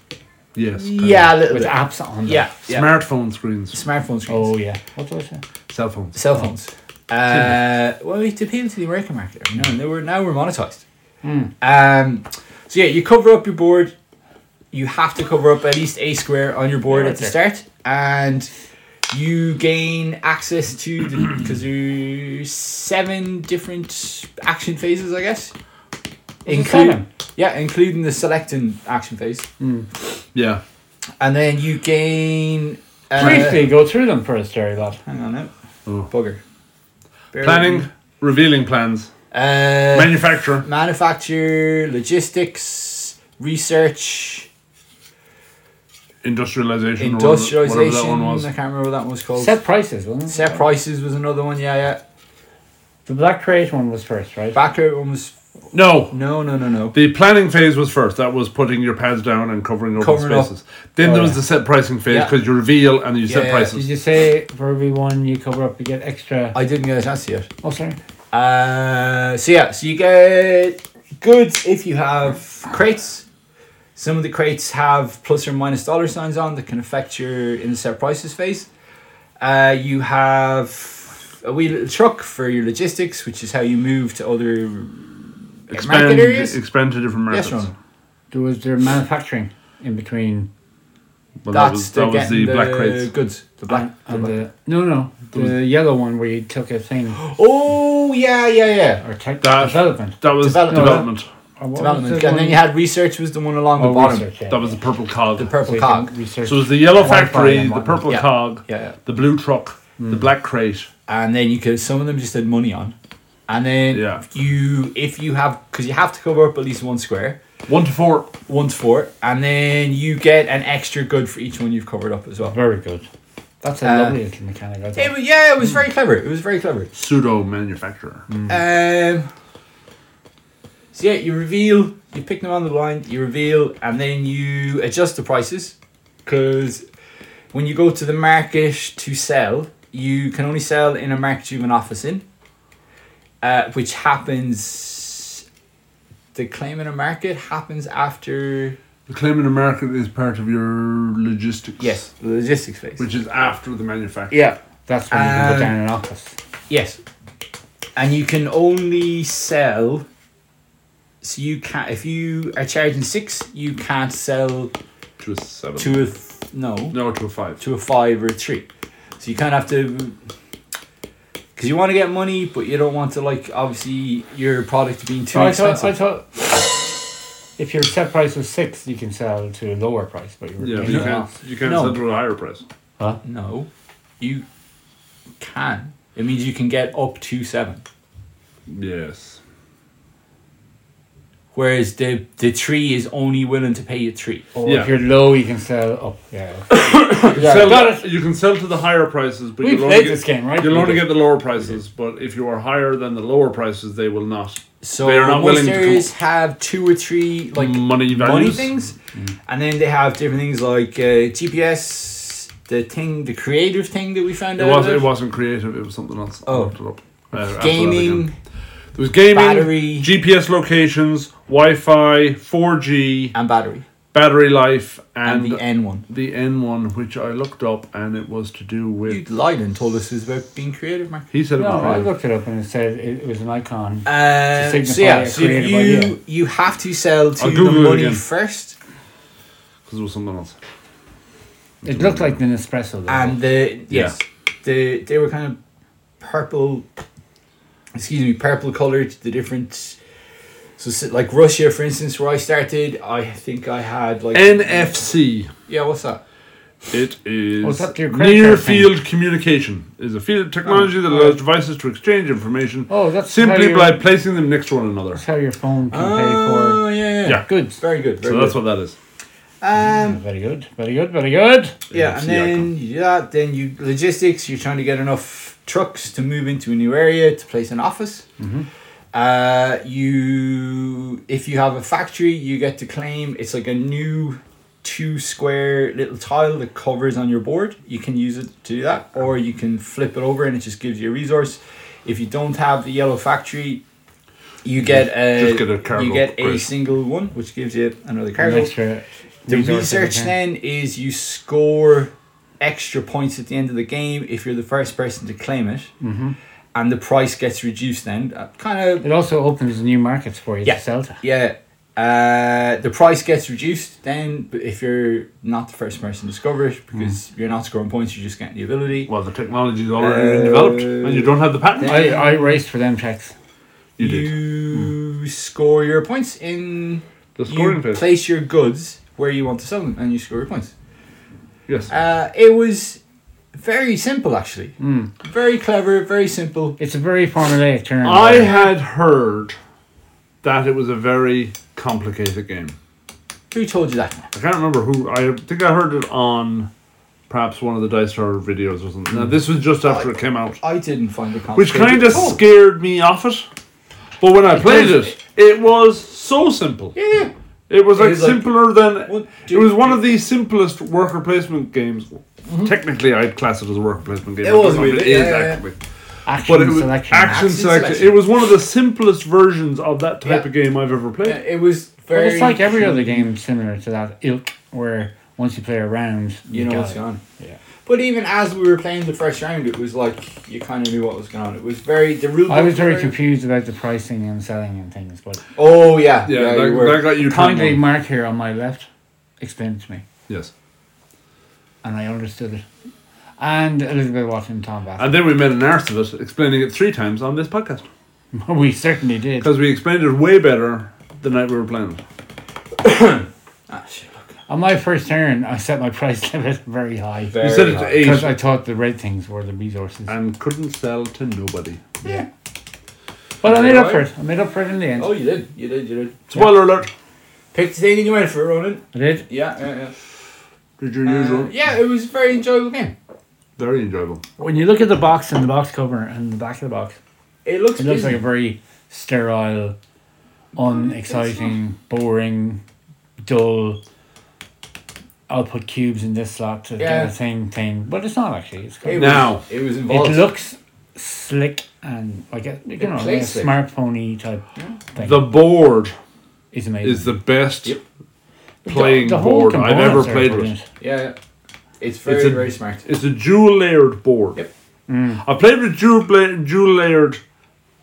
[SPEAKER 2] Yes. kinda.
[SPEAKER 4] Yeah, a little
[SPEAKER 3] with
[SPEAKER 4] bit.
[SPEAKER 3] apps on them?
[SPEAKER 4] Yeah, yeah.
[SPEAKER 2] Smartphone screens,
[SPEAKER 4] Smartphone screens.
[SPEAKER 3] Oh yeah. What do I say?
[SPEAKER 2] cell phones.
[SPEAKER 4] cell phones. Uh, well, we had to appeal to the American market. You know, and they were now we're monetized.
[SPEAKER 3] Hmm.
[SPEAKER 4] Um, so yeah, you cover up your board. You have to cover up at least a square on your board
[SPEAKER 3] Yeah,
[SPEAKER 4] at the
[SPEAKER 3] right
[SPEAKER 4] start, and you gain access to
[SPEAKER 3] (clears throat)
[SPEAKER 4] the because there's seven different action phases, I guess.
[SPEAKER 3] seven?
[SPEAKER 4] yeah, including the select and action phase,
[SPEAKER 2] Yeah.
[SPEAKER 4] and then you gain. Uh,
[SPEAKER 3] Briefly go through them for us, Jerry lad.
[SPEAKER 4] Hang on now.
[SPEAKER 2] Oh.
[SPEAKER 4] Bugger. Bear with me.
[SPEAKER 2] Planning, revealing plans,
[SPEAKER 4] Uh,
[SPEAKER 2] manufacturer,
[SPEAKER 4] manufacture, logistics, research,
[SPEAKER 2] industrialization, or whatever-
[SPEAKER 4] industrialization.
[SPEAKER 2] whatever that one was.
[SPEAKER 4] I can't remember what that one was called. Set,
[SPEAKER 3] Set prices, wasn't it?
[SPEAKER 4] prices was another one. Yeah, yeah.
[SPEAKER 3] The Black Crate one was first, right?
[SPEAKER 4] Backer one was
[SPEAKER 2] No,
[SPEAKER 4] no, no, no, no.
[SPEAKER 2] the planning phase was first. That was putting your pads down and covering open
[SPEAKER 4] Covering up.
[SPEAKER 2] spaces. Then
[SPEAKER 3] Oh,
[SPEAKER 2] there was
[SPEAKER 3] yeah.
[SPEAKER 2] the set pricing phase
[SPEAKER 4] Yeah.
[SPEAKER 2] because you reveal and then you set
[SPEAKER 4] Yeah,
[SPEAKER 2] prices.
[SPEAKER 3] Did you say for every one you cover up, you get extra?
[SPEAKER 4] I didn't get a chance yet.
[SPEAKER 3] Oh, sorry.
[SPEAKER 4] Uh, so yeah, so you get goods if you have crates. Some of the crates have plus or minus dollar signs on that can affect your in the set prices phase. Uh, you have a wee little truck for your logistics, which is how you move to other market
[SPEAKER 2] expand,
[SPEAKER 4] areas.
[SPEAKER 2] expand to different markets.
[SPEAKER 4] Yes, Ron.
[SPEAKER 3] There was their manufacturing in between
[SPEAKER 2] But that
[SPEAKER 4] That's
[SPEAKER 2] was,
[SPEAKER 4] they're
[SPEAKER 2] that was
[SPEAKER 4] getting
[SPEAKER 2] the, black crates.
[SPEAKER 4] goods. The black. the
[SPEAKER 3] And
[SPEAKER 4] black-
[SPEAKER 3] the, no, no, the yellow one where you took a thing
[SPEAKER 4] oh yeah, yeah, yeah.
[SPEAKER 3] or tech
[SPEAKER 2] That-
[SPEAKER 3] development.
[SPEAKER 2] That was
[SPEAKER 4] Development.
[SPEAKER 2] development.
[SPEAKER 3] Or what was
[SPEAKER 4] Development.
[SPEAKER 3] the
[SPEAKER 4] And then
[SPEAKER 3] one-
[SPEAKER 4] you had research was the one along
[SPEAKER 3] Oh,
[SPEAKER 4] the bottom.
[SPEAKER 3] research, yeah.
[SPEAKER 2] That was the purple cog.
[SPEAKER 4] The purple
[SPEAKER 3] So you
[SPEAKER 4] cog.
[SPEAKER 3] can research-
[SPEAKER 2] so it was the yellow
[SPEAKER 3] Wi-Fi
[SPEAKER 2] factory,
[SPEAKER 3] and
[SPEAKER 2] the
[SPEAKER 3] whatnot.
[SPEAKER 2] purple
[SPEAKER 4] Yeah.
[SPEAKER 2] cog,
[SPEAKER 4] Yeah, yeah.
[SPEAKER 2] the blue truck, the black crate.
[SPEAKER 4] and then you could some of them just had money on and then
[SPEAKER 2] Yeah.
[SPEAKER 4] you if you have because you have to cover up at least one square
[SPEAKER 2] One to four.
[SPEAKER 4] one to four and then you get an extra good for each one you've covered up as well
[SPEAKER 3] Very good. That's a
[SPEAKER 4] Uh,
[SPEAKER 3] lovely little mechanic. I
[SPEAKER 4] it
[SPEAKER 3] thought.
[SPEAKER 4] was, yeah it was very clever it was very clever
[SPEAKER 2] Pseudo manufacturer.
[SPEAKER 4] um so yeah you reveal you pick them on the line you reveal and then you adjust the prices because when you go to the market to sell you can only sell in a market you've an office in uh, which happens the claim in a market happens after
[SPEAKER 2] The claim in the market is part of your logistics.
[SPEAKER 4] yes the logistics phase
[SPEAKER 2] Which is after the manufacturer.
[SPEAKER 4] yeah
[SPEAKER 3] That's when you can
[SPEAKER 4] Um,
[SPEAKER 3] go down an office.
[SPEAKER 4] yes and you can only sell so you can't if you are charging six you can't sell
[SPEAKER 2] To a seven.
[SPEAKER 4] to a th- no,
[SPEAKER 2] no, to a five.
[SPEAKER 4] to a five or a three so you kind of have to because you want to get money but you don't want to like obviously your product being too
[SPEAKER 3] So I thought,
[SPEAKER 4] expensive
[SPEAKER 3] I thought if your set price was six, you can sell to a lower price, but you're
[SPEAKER 2] yeah, but
[SPEAKER 3] paying
[SPEAKER 2] you
[SPEAKER 3] it
[SPEAKER 2] can't,
[SPEAKER 3] off.
[SPEAKER 2] you can't
[SPEAKER 4] No.
[SPEAKER 2] sell to a higher price.
[SPEAKER 4] No, you can. It means you can get up to seven.
[SPEAKER 2] Yes.
[SPEAKER 4] Whereas the the tree is only willing to pay you three.
[SPEAKER 3] Or
[SPEAKER 2] Yeah.
[SPEAKER 3] if you're low, you can sell up.
[SPEAKER 2] (coughs)
[SPEAKER 3] Yeah. yeah.
[SPEAKER 2] sell,
[SPEAKER 3] got it.
[SPEAKER 2] You can sell to the higher prices, but
[SPEAKER 3] We
[SPEAKER 2] you'll
[SPEAKER 3] played
[SPEAKER 2] only
[SPEAKER 3] this
[SPEAKER 2] get,
[SPEAKER 3] game, right?
[SPEAKER 2] you'll
[SPEAKER 3] We
[SPEAKER 2] only
[SPEAKER 3] did.
[SPEAKER 2] get the lower prices. But if you are higher than the lower prices, they will not.
[SPEAKER 4] So
[SPEAKER 2] They are not
[SPEAKER 4] most
[SPEAKER 2] willing to come-
[SPEAKER 4] areas have two or three like money
[SPEAKER 2] Money values?
[SPEAKER 4] things, and then they have different things like uh, GPS, the thing, the creative thing that we found
[SPEAKER 2] It
[SPEAKER 4] out.
[SPEAKER 2] was.
[SPEAKER 4] about.
[SPEAKER 2] It wasn't creative. It was something else. I
[SPEAKER 4] Oh.
[SPEAKER 2] looked it up. Uh, after that
[SPEAKER 4] gaming,
[SPEAKER 2] again. There was gaming,
[SPEAKER 4] battery-
[SPEAKER 2] GPS locations, Wi-Fi, 4G,
[SPEAKER 4] and battery,
[SPEAKER 2] battery life,
[SPEAKER 4] and,
[SPEAKER 2] and,
[SPEAKER 4] the N one.
[SPEAKER 2] the N one, which I looked up, and it was to do
[SPEAKER 4] You
[SPEAKER 2] with.
[SPEAKER 4] lied and told us it was about being creative, man.
[SPEAKER 2] He said it
[SPEAKER 3] No,
[SPEAKER 2] was
[SPEAKER 3] I
[SPEAKER 2] creative.
[SPEAKER 3] looked it up and it said it, it was an icon.
[SPEAKER 4] Um, so
[SPEAKER 3] signify
[SPEAKER 4] yeah,
[SPEAKER 3] a
[SPEAKER 4] so if
[SPEAKER 3] creative
[SPEAKER 4] you
[SPEAKER 3] idea.
[SPEAKER 4] you have to sell to
[SPEAKER 2] I'll
[SPEAKER 4] the
[SPEAKER 2] Google it
[SPEAKER 4] money
[SPEAKER 2] again.
[SPEAKER 4] first,
[SPEAKER 2] 'Cause it was something else.
[SPEAKER 3] It looked like the Nespresso. Though.
[SPEAKER 4] and the yes, the they were kind of purple. Excuse me, purple colored. The different. So s- like Russia, for instance, where I started, I think I had like
[SPEAKER 2] NFC.
[SPEAKER 4] Yeah, what's that?
[SPEAKER 2] It is
[SPEAKER 3] What's up to Oh, your credit
[SPEAKER 2] near
[SPEAKER 3] card thing?
[SPEAKER 2] field communication. Is a field of technology that allows devices to exchange information
[SPEAKER 3] Oh, that's how
[SPEAKER 2] simply
[SPEAKER 3] you-
[SPEAKER 2] by placing them next to one another.
[SPEAKER 3] that's how your phone can
[SPEAKER 4] Oh
[SPEAKER 3] pay
[SPEAKER 4] yeah, yeah,
[SPEAKER 2] Yeah.
[SPEAKER 3] for goods.
[SPEAKER 4] Very good. Very
[SPEAKER 2] So
[SPEAKER 4] good.
[SPEAKER 2] that's what that is.
[SPEAKER 4] um,
[SPEAKER 3] Very good, very good, very good.
[SPEAKER 4] yeah, and
[SPEAKER 2] NFC icon.
[SPEAKER 4] then yeah, then you logistics. You're trying to get enough trucks to move into a new area to place an office.
[SPEAKER 2] Mm-hmm.
[SPEAKER 4] Uh, you if you have a factory, you get to claim it's like a new two square little tile that covers on your board. You can use it to do that, or you can flip it over and it just gives you a resource. If you don't have the yellow factory, you get a,
[SPEAKER 2] Just get a cargo
[SPEAKER 4] you get a
[SPEAKER 2] crate.
[SPEAKER 4] single one, which gives you another cargo.
[SPEAKER 3] Next year,
[SPEAKER 4] The
[SPEAKER 3] resource
[SPEAKER 4] research
[SPEAKER 3] again.
[SPEAKER 4] then is you score extra points at the end of the game if you're the first person to claim it, mm-hmm. and the price gets reduced. Then uh, kind of
[SPEAKER 3] It also opens new markets for you
[SPEAKER 4] Yeah.
[SPEAKER 3] to sell to.
[SPEAKER 4] yeah, uh, the price gets reduced. Then b- if you're not the first person to discover it because
[SPEAKER 2] Mm.
[SPEAKER 4] you're not scoring points, you're just getting the ability.
[SPEAKER 2] Well, the technology is already
[SPEAKER 4] Uh,
[SPEAKER 2] been developed, and you don't have the patent.
[SPEAKER 3] I, I raced for them checks.
[SPEAKER 2] You
[SPEAKER 4] you
[SPEAKER 2] did
[SPEAKER 4] score your points in
[SPEAKER 2] the scoring
[SPEAKER 4] you
[SPEAKER 2] phase.
[SPEAKER 4] place your goods where you want to sell them, and you score your points.
[SPEAKER 2] Yes,
[SPEAKER 4] Uh, it was very simple, actually.
[SPEAKER 2] Mm.
[SPEAKER 4] Very clever, very simple.
[SPEAKER 3] It's a very formulaic term.
[SPEAKER 2] I had heard that it was a very complicated game.
[SPEAKER 4] Who told you that?
[SPEAKER 2] I can't remember who. I think I heard it on perhaps one of the Dice Tower videos or something. Now this was just after it came out.
[SPEAKER 4] I didn't find it
[SPEAKER 2] which
[SPEAKER 4] complicated. Oh.
[SPEAKER 2] kind of
[SPEAKER 4] at all.
[SPEAKER 2] scared me off it. But when I played
[SPEAKER 4] does-
[SPEAKER 2] it, it was so simple.
[SPEAKER 4] Yeah,
[SPEAKER 2] It was like
[SPEAKER 4] is like-
[SPEAKER 2] simpler than.
[SPEAKER 4] What
[SPEAKER 2] it
[SPEAKER 4] do-
[SPEAKER 2] was one of the simplest worker placement games. Technically, I'd class it as a worker placement game.
[SPEAKER 4] Mm-hmm. It
[SPEAKER 2] I
[SPEAKER 4] was
[SPEAKER 2] don't know if
[SPEAKER 4] really,
[SPEAKER 2] it is
[SPEAKER 4] yeah, yeah, yeah.
[SPEAKER 2] actually.
[SPEAKER 3] action
[SPEAKER 2] But it was
[SPEAKER 3] selection.
[SPEAKER 2] action
[SPEAKER 4] Action
[SPEAKER 2] selection.
[SPEAKER 4] selection.
[SPEAKER 2] It was one of the simplest versions of that type
[SPEAKER 4] Yeah.
[SPEAKER 2] of game I've ever played.
[SPEAKER 4] yeah. It was
[SPEAKER 3] Well,
[SPEAKER 4] very.
[SPEAKER 3] it's like every other game similar to that ilk, where once you play a round,
[SPEAKER 4] You know
[SPEAKER 3] got
[SPEAKER 4] what's
[SPEAKER 3] it.
[SPEAKER 4] going on.
[SPEAKER 3] Yeah.
[SPEAKER 4] But even as we were playing the first round, it was like you kind of knew what was going on. It was very the rule.
[SPEAKER 3] I was
[SPEAKER 4] book
[SPEAKER 3] very confused about the pricing and selling and things, but
[SPEAKER 4] Oh yeah,
[SPEAKER 2] yeah,
[SPEAKER 4] yeah.
[SPEAKER 2] that,
[SPEAKER 4] you were.
[SPEAKER 2] that got you turned
[SPEAKER 3] kindly
[SPEAKER 2] on.
[SPEAKER 3] Mark here on my left explained to me.
[SPEAKER 2] Yes.
[SPEAKER 3] and I understood it. And Elizabeth Watson and Tom Bass.
[SPEAKER 2] And then we made an arse of it, explaining it three times on this podcast.
[SPEAKER 4] Uh,
[SPEAKER 3] (laughs) we certainly did.
[SPEAKER 2] Because we explained it way better the night we were playing it.
[SPEAKER 4] Ah, shit, look.
[SPEAKER 3] On my first turn, I set my (laughs) price limit very high.
[SPEAKER 2] You
[SPEAKER 4] Very
[SPEAKER 2] said it
[SPEAKER 4] high.
[SPEAKER 2] to
[SPEAKER 3] Because
[SPEAKER 2] eight
[SPEAKER 3] I thought the red things were the resources.
[SPEAKER 2] and couldn't sell to nobody.
[SPEAKER 3] But I made up for it. I made up for it in the end.
[SPEAKER 4] Oh, you did. You did. You did.
[SPEAKER 2] Spoiler alert!
[SPEAKER 4] Picked the thing and you went for it, Ronan.
[SPEAKER 3] I did.
[SPEAKER 4] Yeah, yeah,
[SPEAKER 2] Did your
[SPEAKER 4] yeah.
[SPEAKER 2] usual.
[SPEAKER 4] Uh, yeah, it was a very enjoyable game.
[SPEAKER 2] Very enjoyable.
[SPEAKER 3] When you look at the box and the box cover and the back of the box,
[SPEAKER 4] It looks.
[SPEAKER 3] it looks like a
[SPEAKER 4] busy.
[SPEAKER 3] very sterile, unexciting, boring, dull. I'll put cubes in this slot to
[SPEAKER 4] Yeah.
[SPEAKER 3] get the same thing, but it's not actually. It's
[SPEAKER 4] It
[SPEAKER 3] kind
[SPEAKER 4] was-
[SPEAKER 2] Now.
[SPEAKER 4] it was
[SPEAKER 3] of,
[SPEAKER 4] involved.
[SPEAKER 3] it looks slick and like a you know like a
[SPEAKER 4] plays slick.
[SPEAKER 3] smartphone type thing.
[SPEAKER 2] The board
[SPEAKER 3] is amazing.
[SPEAKER 2] is the best
[SPEAKER 4] Yep.
[SPEAKER 2] playing
[SPEAKER 3] The- the whole
[SPEAKER 2] board I've ever
[SPEAKER 3] components are
[SPEAKER 2] played with.
[SPEAKER 3] brilliant.
[SPEAKER 4] yeah, yeah. It's very
[SPEAKER 2] It's a-
[SPEAKER 4] very smart.
[SPEAKER 2] It's a dual layered board.
[SPEAKER 4] Yep.
[SPEAKER 3] Mm.
[SPEAKER 2] I played with dual, bla- dual layered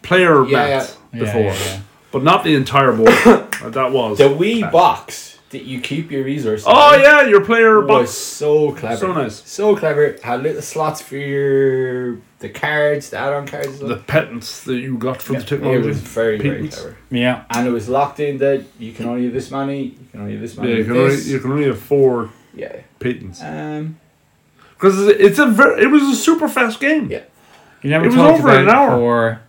[SPEAKER 2] player
[SPEAKER 4] Yeah,
[SPEAKER 2] mats
[SPEAKER 3] yeah. Yeah,
[SPEAKER 2] before,
[SPEAKER 3] yeah, yeah.
[SPEAKER 2] but not the
[SPEAKER 4] (coughs)
[SPEAKER 2] entire board. Uh, that was.
[SPEAKER 4] The wee box that you keep your resources.
[SPEAKER 2] oh,
[SPEAKER 4] in
[SPEAKER 2] yeah, your player
[SPEAKER 4] was
[SPEAKER 2] box.
[SPEAKER 4] Oh, so clever.
[SPEAKER 2] So nice.
[SPEAKER 4] So clever. Had little slots for your the cards, the add-on cards. and stuff.
[SPEAKER 2] The patents that you got for the
[SPEAKER 4] It
[SPEAKER 2] technology.
[SPEAKER 4] was very, very
[SPEAKER 2] Patents.
[SPEAKER 4] clever.
[SPEAKER 3] Yeah.
[SPEAKER 4] And it was locked in that you can only have this money, you can only have this
[SPEAKER 2] Yeah,
[SPEAKER 4] money.
[SPEAKER 2] you can, only,
[SPEAKER 4] this.
[SPEAKER 2] you can only have four
[SPEAKER 4] yeah.
[SPEAKER 2] patents.
[SPEAKER 4] Um,
[SPEAKER 2] Because it's a, it's a ver- it was a super fast game.
[SPEAKER 4] Yeah.
[SPEAKER 3] You never
[SPEAKER 2] It was
[SPEAKER 3] talked
[SPEAKER 2] over
[SPEAKER 3] about
[SPEAKER 2] in an
[SPEAKER 3] it
[SPEAKER 2] hour.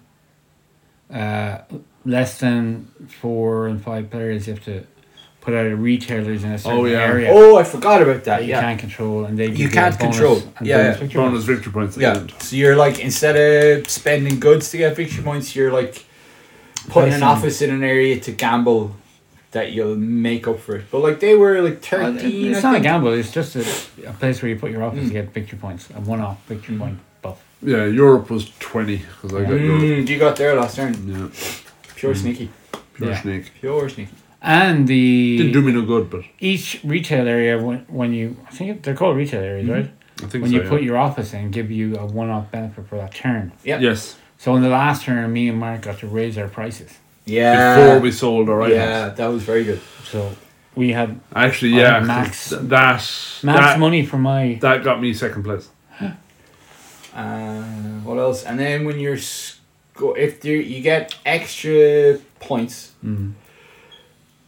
[SPEAKER 3] For, uh, less than four and five players, you have to put out a retailers in a certain
[SPEAKER 2] Oh, yeah.
[SPEAKER 3] area.
[SPEAKER 4] Oh, I forgot about
[SPEAKER 3] that
[SPEAKER 4] that.
[SPEAKER 3] you
[SPEAKER 4] Yeah.
[SPEAKER 3] can't control, and they give
[SPEAKER 4] You
[SPEAKER 3] a
[SPEAKER 4] can't
[SPEAKER 3] bonus
[SPEAKER 4] control.
[SPEAKER 3] and
[SPEAKER 4] Yeah,
[SPEAKER 3] bonus
[SPEAKER 4] yeah.
[SPEAKER 3] picture.
[SPEAKER 2] Bonus victory points at the
[SPEAKER 4] Yeah.
[SPEAKER 2] end.
[SPEAKER 4] So you're like, instead of spending goods to get victory points, you're like putting an
[SPEAKER 3] Placing-
[SPEAKER 4] office in an area to gamble that you'll make up for it. But like they were like
[SPEAKER 3] Uh,
[SPEAKER 4] 13.
[SPEAKER 3] It's
[SPEAKER 4] I
[SPEAKER 3] not a
[SPEAKER 4] think.
[SPEAKER 3] gamble. It's just a, a place where you put your office
[SPEAKER 2] Hmm.
[SPEAKER 3] to get victory points, a one-off victory point buff.
[SPEAKER 2] Yeah, Europe was 20 because I got Europe.
[SPEAKER 4] Mm, you got there last turn.
[SPEAKER 2] Yeah,
[SPEAKER 4] Pure sneaky.
[SPEAKER 2] pure
[SPEAKER 3] Yeah.
[SPEAKER 2] snake.
[SPEAKER 4] Pure sneaky.
[SPEAKER 3] And
[SPEAKER 2] Didn't do
[SPEAKER 3] the
[SPEAKER 2] me no good, but
[SPEAKER 3] each retail area when when you I think they're called retail areas, right?
[SPEAKER 2] Hmm. I think
[SPEAKER 3] When
[SPEAKER 2] so.
[SPEAKER 3] you
[SPEAKER 2] yeah.
[SPEAKER 3] put your office in, give you a one-off benefit for that turn.
[SPEAKER 4] Yep.
[SPEAKER 2] yes,
[SPEAKER 3] So in the last turn, me and Mark got to raise our prices.
[SPEAKER 4] Yeah.
[SPEAKER 2] before we sold our items.
[SPEAKER 4] yeah, that was very good.
[SPEAKER 3] So we had
[SPEAKER 2] Actually,
[SPEAKER 3] I
[SPEAKER 2] yeah,
[SPEAKER 3] had
[SPEAKER 2] max,
[SPEAKER 3] max-
[SPEAKER 2] that
[SPEAKER 3] max
[SPEAKER 2] that,
[SPEAKER 3] money for my.
[SPEAKER 2] that got me second place.
[SPEAKER 4] Uh, what else? And then when you're sco- if there, you get extra points.
[SPEAKER 2] Mm-hmm.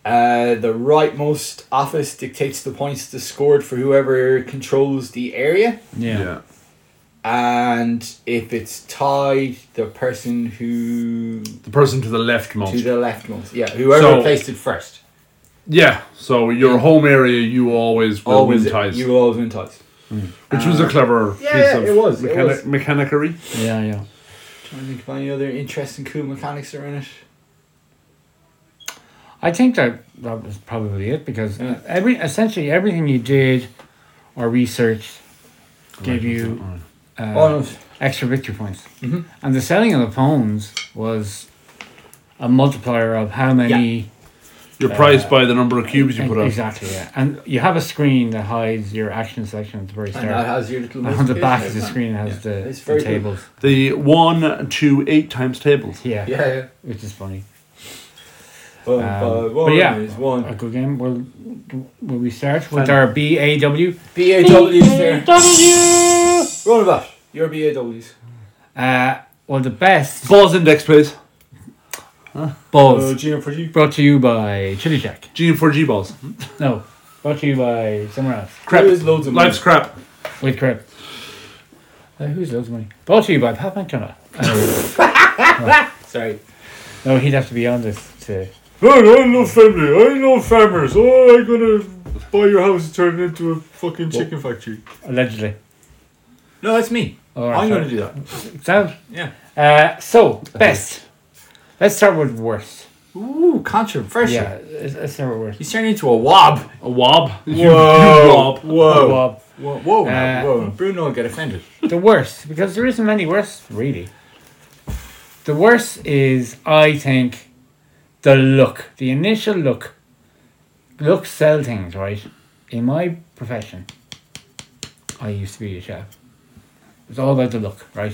[SPEAKER 4] Uh, the rightmost office dictates the points to scored for whoever controls the area,
[SPEAKER 3] Yeah.
[SPEAKER 4] and if it's tied, the person who
[SPEAKER 2] the person to the left most.
[SPEAKER 4] to the leftmost, yeah, whoever
[SPEAKER 2] So-
[SPEAKER 4] placed it first,
[SPEAKER 2] yeah, so your home area, you always will
[SPEAKER 4] always
[SPEAKER 2] win ties,
[SPEAKER 4] you will always win ties.
[SPEAKER 2] which was a clever
[SPEAKER 4] yeah,
[SPEAKER 2] piece
[SPEAKER 4] yeah,
[SPEAKER 2] of
[SPEAKER 4] it was, it
[SPEAKER 2] mechani-
[SPEAKER 4] was.
[SPEAKER 2] mechanicery.
[SPEAKER 3] Yeah, yeah.
[SPEAKER 4] Trying to think of any other interesting, cool mechanics that are in it.
[SPEAKER 3] I think that that was probably it because uh,
[SPEAKER 4] Yeah.
[SPEAKER 3] every essentially everything you did or researched gave you uh,
[SPEAKER 4] oh, no.
[SPEAKER 3] extra victory points,
[SPEAKER 4] Mhm.
[SPEAKER 3] and the selling of the phones was a multiplier of how many.
[SPEAKER 2] Your price by the number of cubes you put out.
[SPEAKER 3] Exactly, yeah. And you have a screen that hides your action selection at the very
[SPEAKER 4] and that
[SPEAKER 3] start.
[SPEAKER 4] has your little
[SPEAKER 3] And on the back of
[SPEAKER 4] notification
[SPEAKER 3] the
[SPEAKER 4] on it.
[SPEAKER 3] screen it has
[SPEAKER 4] Yeah.
[SPEAKER 3] the,
[SPEAKER 4] It's
[SPEAKER 3] the
[SPEAKER 4] very cool.
[SPEAKER 3] tables.
[SPEAKER 2] The one, two, eight times tables.
[SPEAKER 3] Yeah,
[SPEAKER 4] Yeah, yeah.
[SPEAKER 3] which is funny.
[SPEAKER 4] Well,
[SPEAKER 3] Um,
[SPEAKER 4] uh,
[SPEAKER 3] but
[SPEAKER 4] one
[SPEAKER 3] yeah.
[SPEAKER 4] is
[SPEAKER 3] A
[SPEAKER 4] one.
[SPEAKER 3] good game. Will will we start with our BAW?
[SPEAKER 4] BAWs there. Roundabout. Your BAWs.
[SPEAKER 3] Uh, well, the best
[SPEAKER 2] Balls index, please.
[SPEAKER 3] balls
[SPEAKER 4] GM for G.
[SPEAKER 3] brought to you by Chili Jack.
[SPEAKER 2] G4G balls.
[SPEAKER 3] No, brought to you by somewhere else.
[SPEAKER 2] Crap.
[SPEAKER 4] There is loads of money.
[SPEAKER 2] Life's crap.
[SPEAKER 3] With crap. Uh, who's loads of money? Brought to you by Pat McDonough. Um,
[SPEAKER 4] Sorry.
[SPEAKER 3] no, he'd have to be on this to.
[SPEAKER 2] I know family. I know farmers. Oh, I'm gonna buy your house and turn it into a fucking chicken factory.
[SPEAKER 3] Allegedly.
[SPEAKER 4] No, that's me.
[SPEAKER 3] All right,
[SPEAKER 4] I'm
[SPEAKER 3] sorry.
[SPEAKER 4] going to do that.
[SPEAKER 3] Sound?
[SPEAKER 4] Yeah.
[SPEAKER 3] Uh, so, best. Let's start with worst.
[SPEAKER 4] Ooh, controversial.
[SPEAKER 3] Yeah, let's let's start with worst.
[SPEAKER 4] He's turned into a wob.
[SPEAKER 2] A wob. (laughs) Whoa.
[SPEAKER 4] Whoa. Whoa.
[SPEAKER 3] Bob.
[SPEAKER 4] Whoa. Whoa. now,
[SPEAKER 3] Uh,
[SPEAKER 4] whoa. Bruno will get offended.
[SPEAKER 3] The worst, because there isn't many worst, really. The worst is, I think, the look, the initial look. Looks sell things, right? In my profession, I used to be a chef. It's all about the look, right?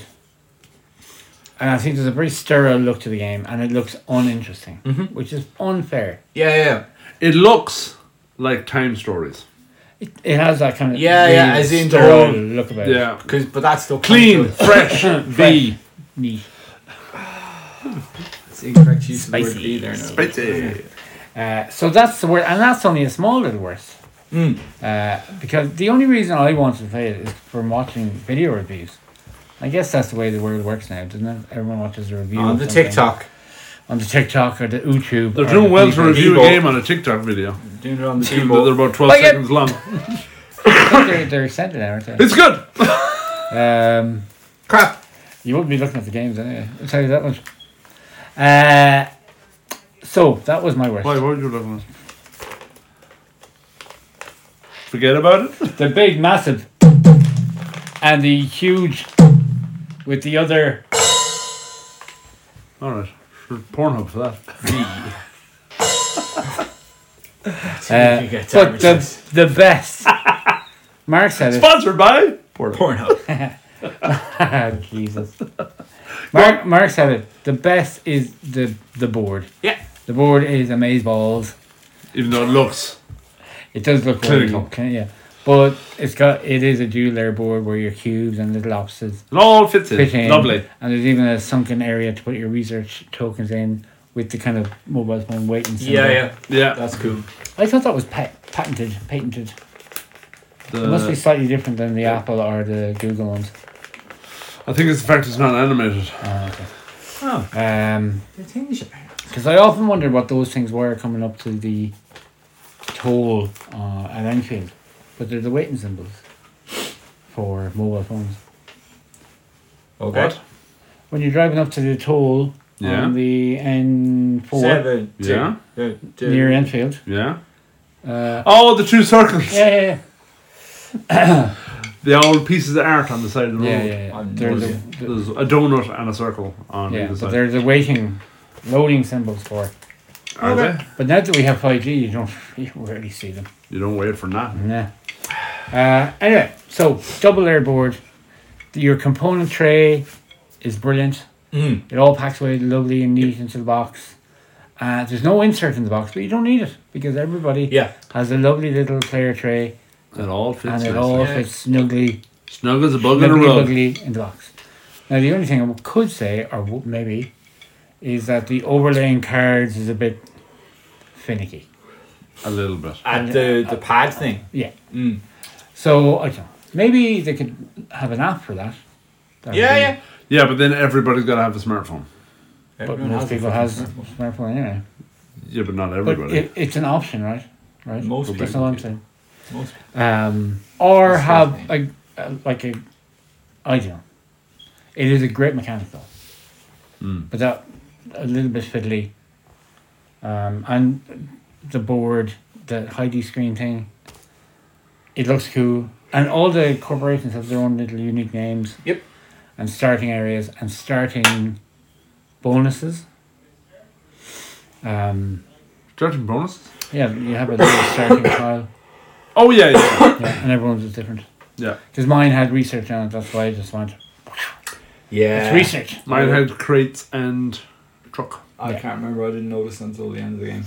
[SPEAKER 3] And I think there's a very sterile look to the game, and it looks uninteresting,
[SPEAKER 4] Mm-hmm.
[SPEAKER 3] which is unfair.
[SPEAKER 4] Yeah, yeah, yeah.
[SPEAKER 2] It looks like time stories.
[SPEAKER 3] It, it has that kind of
[SPEAKER 4] Yeah, yeah, as in the
[SPEAKER 3] sterile
[SPEAKER 4] whole-
[SPEAKER 3] look about it.
[SPEAKER 2] Yeah.
[SPEAKER 4] 'Cause- but that's still
[SPEAKER 2] Clean, fresh, V.
[SPEAKER 3] Neat.
[SPEAKER 4] That's the incorrect use of the word
[SPEAKER 3] Spicy.
[SPEAKER 4] be there now.
[SPEAKER 3] Uh, so that's the word, and that's only a small little worse.
[SPEAKER 4] Hmm.
[SPEAKER 3] Uh, because the only reason I wanted to play it is from watching video reviews. I guess that's the way the world works now, doesn't it? Everyone watches a review
[SPEAKER 4] On
[SPEAKER 3] of
[SPEAKER 4] the
[SPEAKER 3] something.
[SPEAKER 4] TikTok.
[SPEAKER 3] on the TikTok or the YouTube.
[SPEAKER 2] They're
[SPEAKER 3] or
[SPEAKER 2] doing
[SPEAKER 3] the
[SPEAKER 2] well to
[SPEAKER 3] Google.
[SPEAKER 2] review a
[SPEAKER 4] Bebo.
[SPEAKER 2] game on a TikTok video.
[SPEAKER 4] Doing it on the
[SPEAKER 2] They're about 12
[SPEAKER 3] Like it.
[SPEAKER 2] seconds long.
[SPEAKER 3] I think they're, they're extended now, aren't
[SPEAKER 2] It's good.
[SPEAKER 3] they? Um,
[SPEAKER 4] Crap.
[SPEAKER 3] You wouldn't be looking at the games anyway. I'll tell you that much. Uh, so that was my worst.
[SPEAKER 2] Why? What were you looking at? Forget about it. (laughs)
[SPEAKER 3] The big, massive, and the huge, with the other.
[SPEAKER 2] All right. Sure, Pornhub for that.
[SPEAKER 4] (laughs)
[SPEAKER 3] Uh,
[SPEAKER 4] You get
[SPEAKER 3] but the
[SPEAKER 4] advertised.
[SPEAKER 3] the best.
[SPEAKER 4] (laughs)
[SPEAKER 3] Mark said it.
[SPEAKER 2] Sponsored by Pornhub.
[SPEAKER 4] Pornhub.
[SPEAKER 3] Ah, (laughs) Jesus. Mark Mark said it. The best is the the board.
[SPEAKER 4] (laughs) yeah.
[SPEAKER 3] The board is amazeballs. balls.
[SPEAKER 2] Even though it looks.
[SPEAKER 3] It does look
[SPEAKER 2] Clinical.
[SPEAKER 3] really- can- yeah. But it's got it is a dual layer board where your cubes and little opposites
[SPEAKER 2] It all fits in.
[SPEAKER 3] fit in.
[SPEAKER 2] Lovely.
[SPEAKER 3] And there's even a sunken area to put your research tokens in with the kind of mobile phone waiting. symbol.
[SPEAKER 4] Yeah, yeah.
[SPEAKER 2] Yeah.
[SPEAKER 4] That's cool.
[SPEAKER 3] I thought that was pa- patented. Patented. It
[SPEAKER 4] Uh,
[SPEAKER 3] must be
[SPEAKER 2] The,
[SPEAKER 3] slightly different than the Apple or the Google ones.
[SPEAKER 2] I think it's the fact it's not animated.
[SPEAKER 3] Ah, okay.
[SPEAKER 4] Oh.
[SPEAKER 3] Um,
[SPEAKER 4] The thing is-
[SPEAKER 3] because I often wondered what those things were coming up to the toll uh, at Enfield, but they're the waiting symbols for mobile phones.
[SPEAKER 4] Okay.
[SPEAKER 2] What?
[SPEAKER 3] When you're driving up to the toll
[SPEAKER 2] Yeah.
[SPEAKER 3] on the N4
[SPEAKER 4] Seven. two,
[SPEAKER 2] Yeah.
[SPEAKER 4] uh, two.
[SPEAKER 3] near Enfield.
[SPEAKER 2] Yeah.
[SPEAKER 3] Uh,
[SPEAKER 2] Oh, the two circles.
[SPEAKER 3] yeah, yeah,
[SPEAKER 2] The old pieces of art on the side of the
[SPEAKER 3] yeah.
[SPEAKER 2] road.
[SPEAKER 3] yeah, yeah, yeah.
[SPEAKER 4] On
[SPEAKER 3] They're the,
[SPEAKER 4] Mosey.
[SPEAKER 3] the-
[SPEAKER 2] There's a donut and a circle on
[SPEAKER 3] yeah,
[SPEAKER 2] either
[SPEAKER 3] but
[SPEAKER 2] side.
[SPEAKER 3] they're the waiting, loading symbols for it.
[SPEAKER 2] Are they?
[SPEAKER 3] But now that we have 5G, you don't (laughs) you rarely see them.
[SPEAKER 2] You don't wait for nothing.
[SPEAKER 3] Nah. Uh, anyway, so double layer board. Your component tray is brilliant.
[SPEAKER 4] Mm.
[SPEAKER 3] It all packs away lovely and neat into the box. Uh, there's no insert in the box, but you don't need it because everybody
[SPEAKER 4] Yeah.
[SPEAKER 3] has a lovely little player tray
[SPEAKER 2] It all fits.
[SPEAKER 3] and it
[SPEAKER 2] nicely.
[SPEAKER 3] all
[SPEAKER 4] Yeah.
[SPEAKER 3] fits snugly,
[SPEAKER 2] Snug as a bug in a
[SPEAKER 3] snugly,
[SPEAKER 2] rug.
[SPEAKER 3] bugly in the box. Now, the only thing I could say, or w- maybe, is that the overlaying cards is a bit finicky.
[SPEAKER 2] A little bit.
[SPEAKER 4] At the, the pad thing.
[SPEAKER 3] Yeah.
[SPEAKER 4] Mm.
[SPEAKER 3] So, I don't know. Maybe they could have an app for that. That would
[SPEAKER 4] Yeah,
[SPEAKER 3] be-
[SPEAKER 4] yeah.
[SPEAKER 2] Yeah, but then everybody's got to have a smartphone.
[SPEAKER 3] But
[SPEAKER 4] Everyone
[SPEAKER 3] most
[SPEAKER 4] a
[SPEAKER 3] people
[SPEAKER 4] fucking
[SPEAKER 3] has
[SPEAKER 4] smartphone.
[SPEAKER 3] smartphone anyway.
[SPEAKER 2] Yeah, but not
[SPEAKER 3] But
[SPEAKER 2] everybody.
[SPEAKER 3] it, it's an option, right? Right.
[SPEAKER 4] Most
[SPEAKER 3] That's
[SPEAKER 4] people
[SPEAKER 3] all I'm
[SPEAKER 4] do.
[SPEAKER 3] saying.
[SPEAKER 4] Most
[SPEAKER 3] Um, or
[SPEAKER 4] That's
[SPEAKER 3] have a, a like a, I don't know. It is a great mechanic though, but that a little bit fiddly. Um, and the board, the Heidi screen thing. It looks cool, and all the corporations have their own little unique names.
[SPEAKER 4] Yep.
[SPEAKER 3] And starting areas and starting bonuses. Um,
[SPEAKER 2] Judging bonuses?
[SPEAKER 3] yeah, you have a little
[SPEAKER 2] (coughs)
[SPEAKER 3] starting file,
[SPEAKER 2] Oh, yeah,
[SPEAKER 3] (coughs)
[SPEAKER 2] yeah.
[SPEAKER 3] yeah, and everyone's is different.
[SPEAKER 2] yeah.
[SPEAKER 3] Because mine had research on it, that's why I just went, it's
[SPEAKER 4] Yeah.
[SPEAKER 3] research.
[SPEAKER 2] Mine had crates and truck.
[SPEAKER 4] I can't remember. I didn't notice until the end of the game.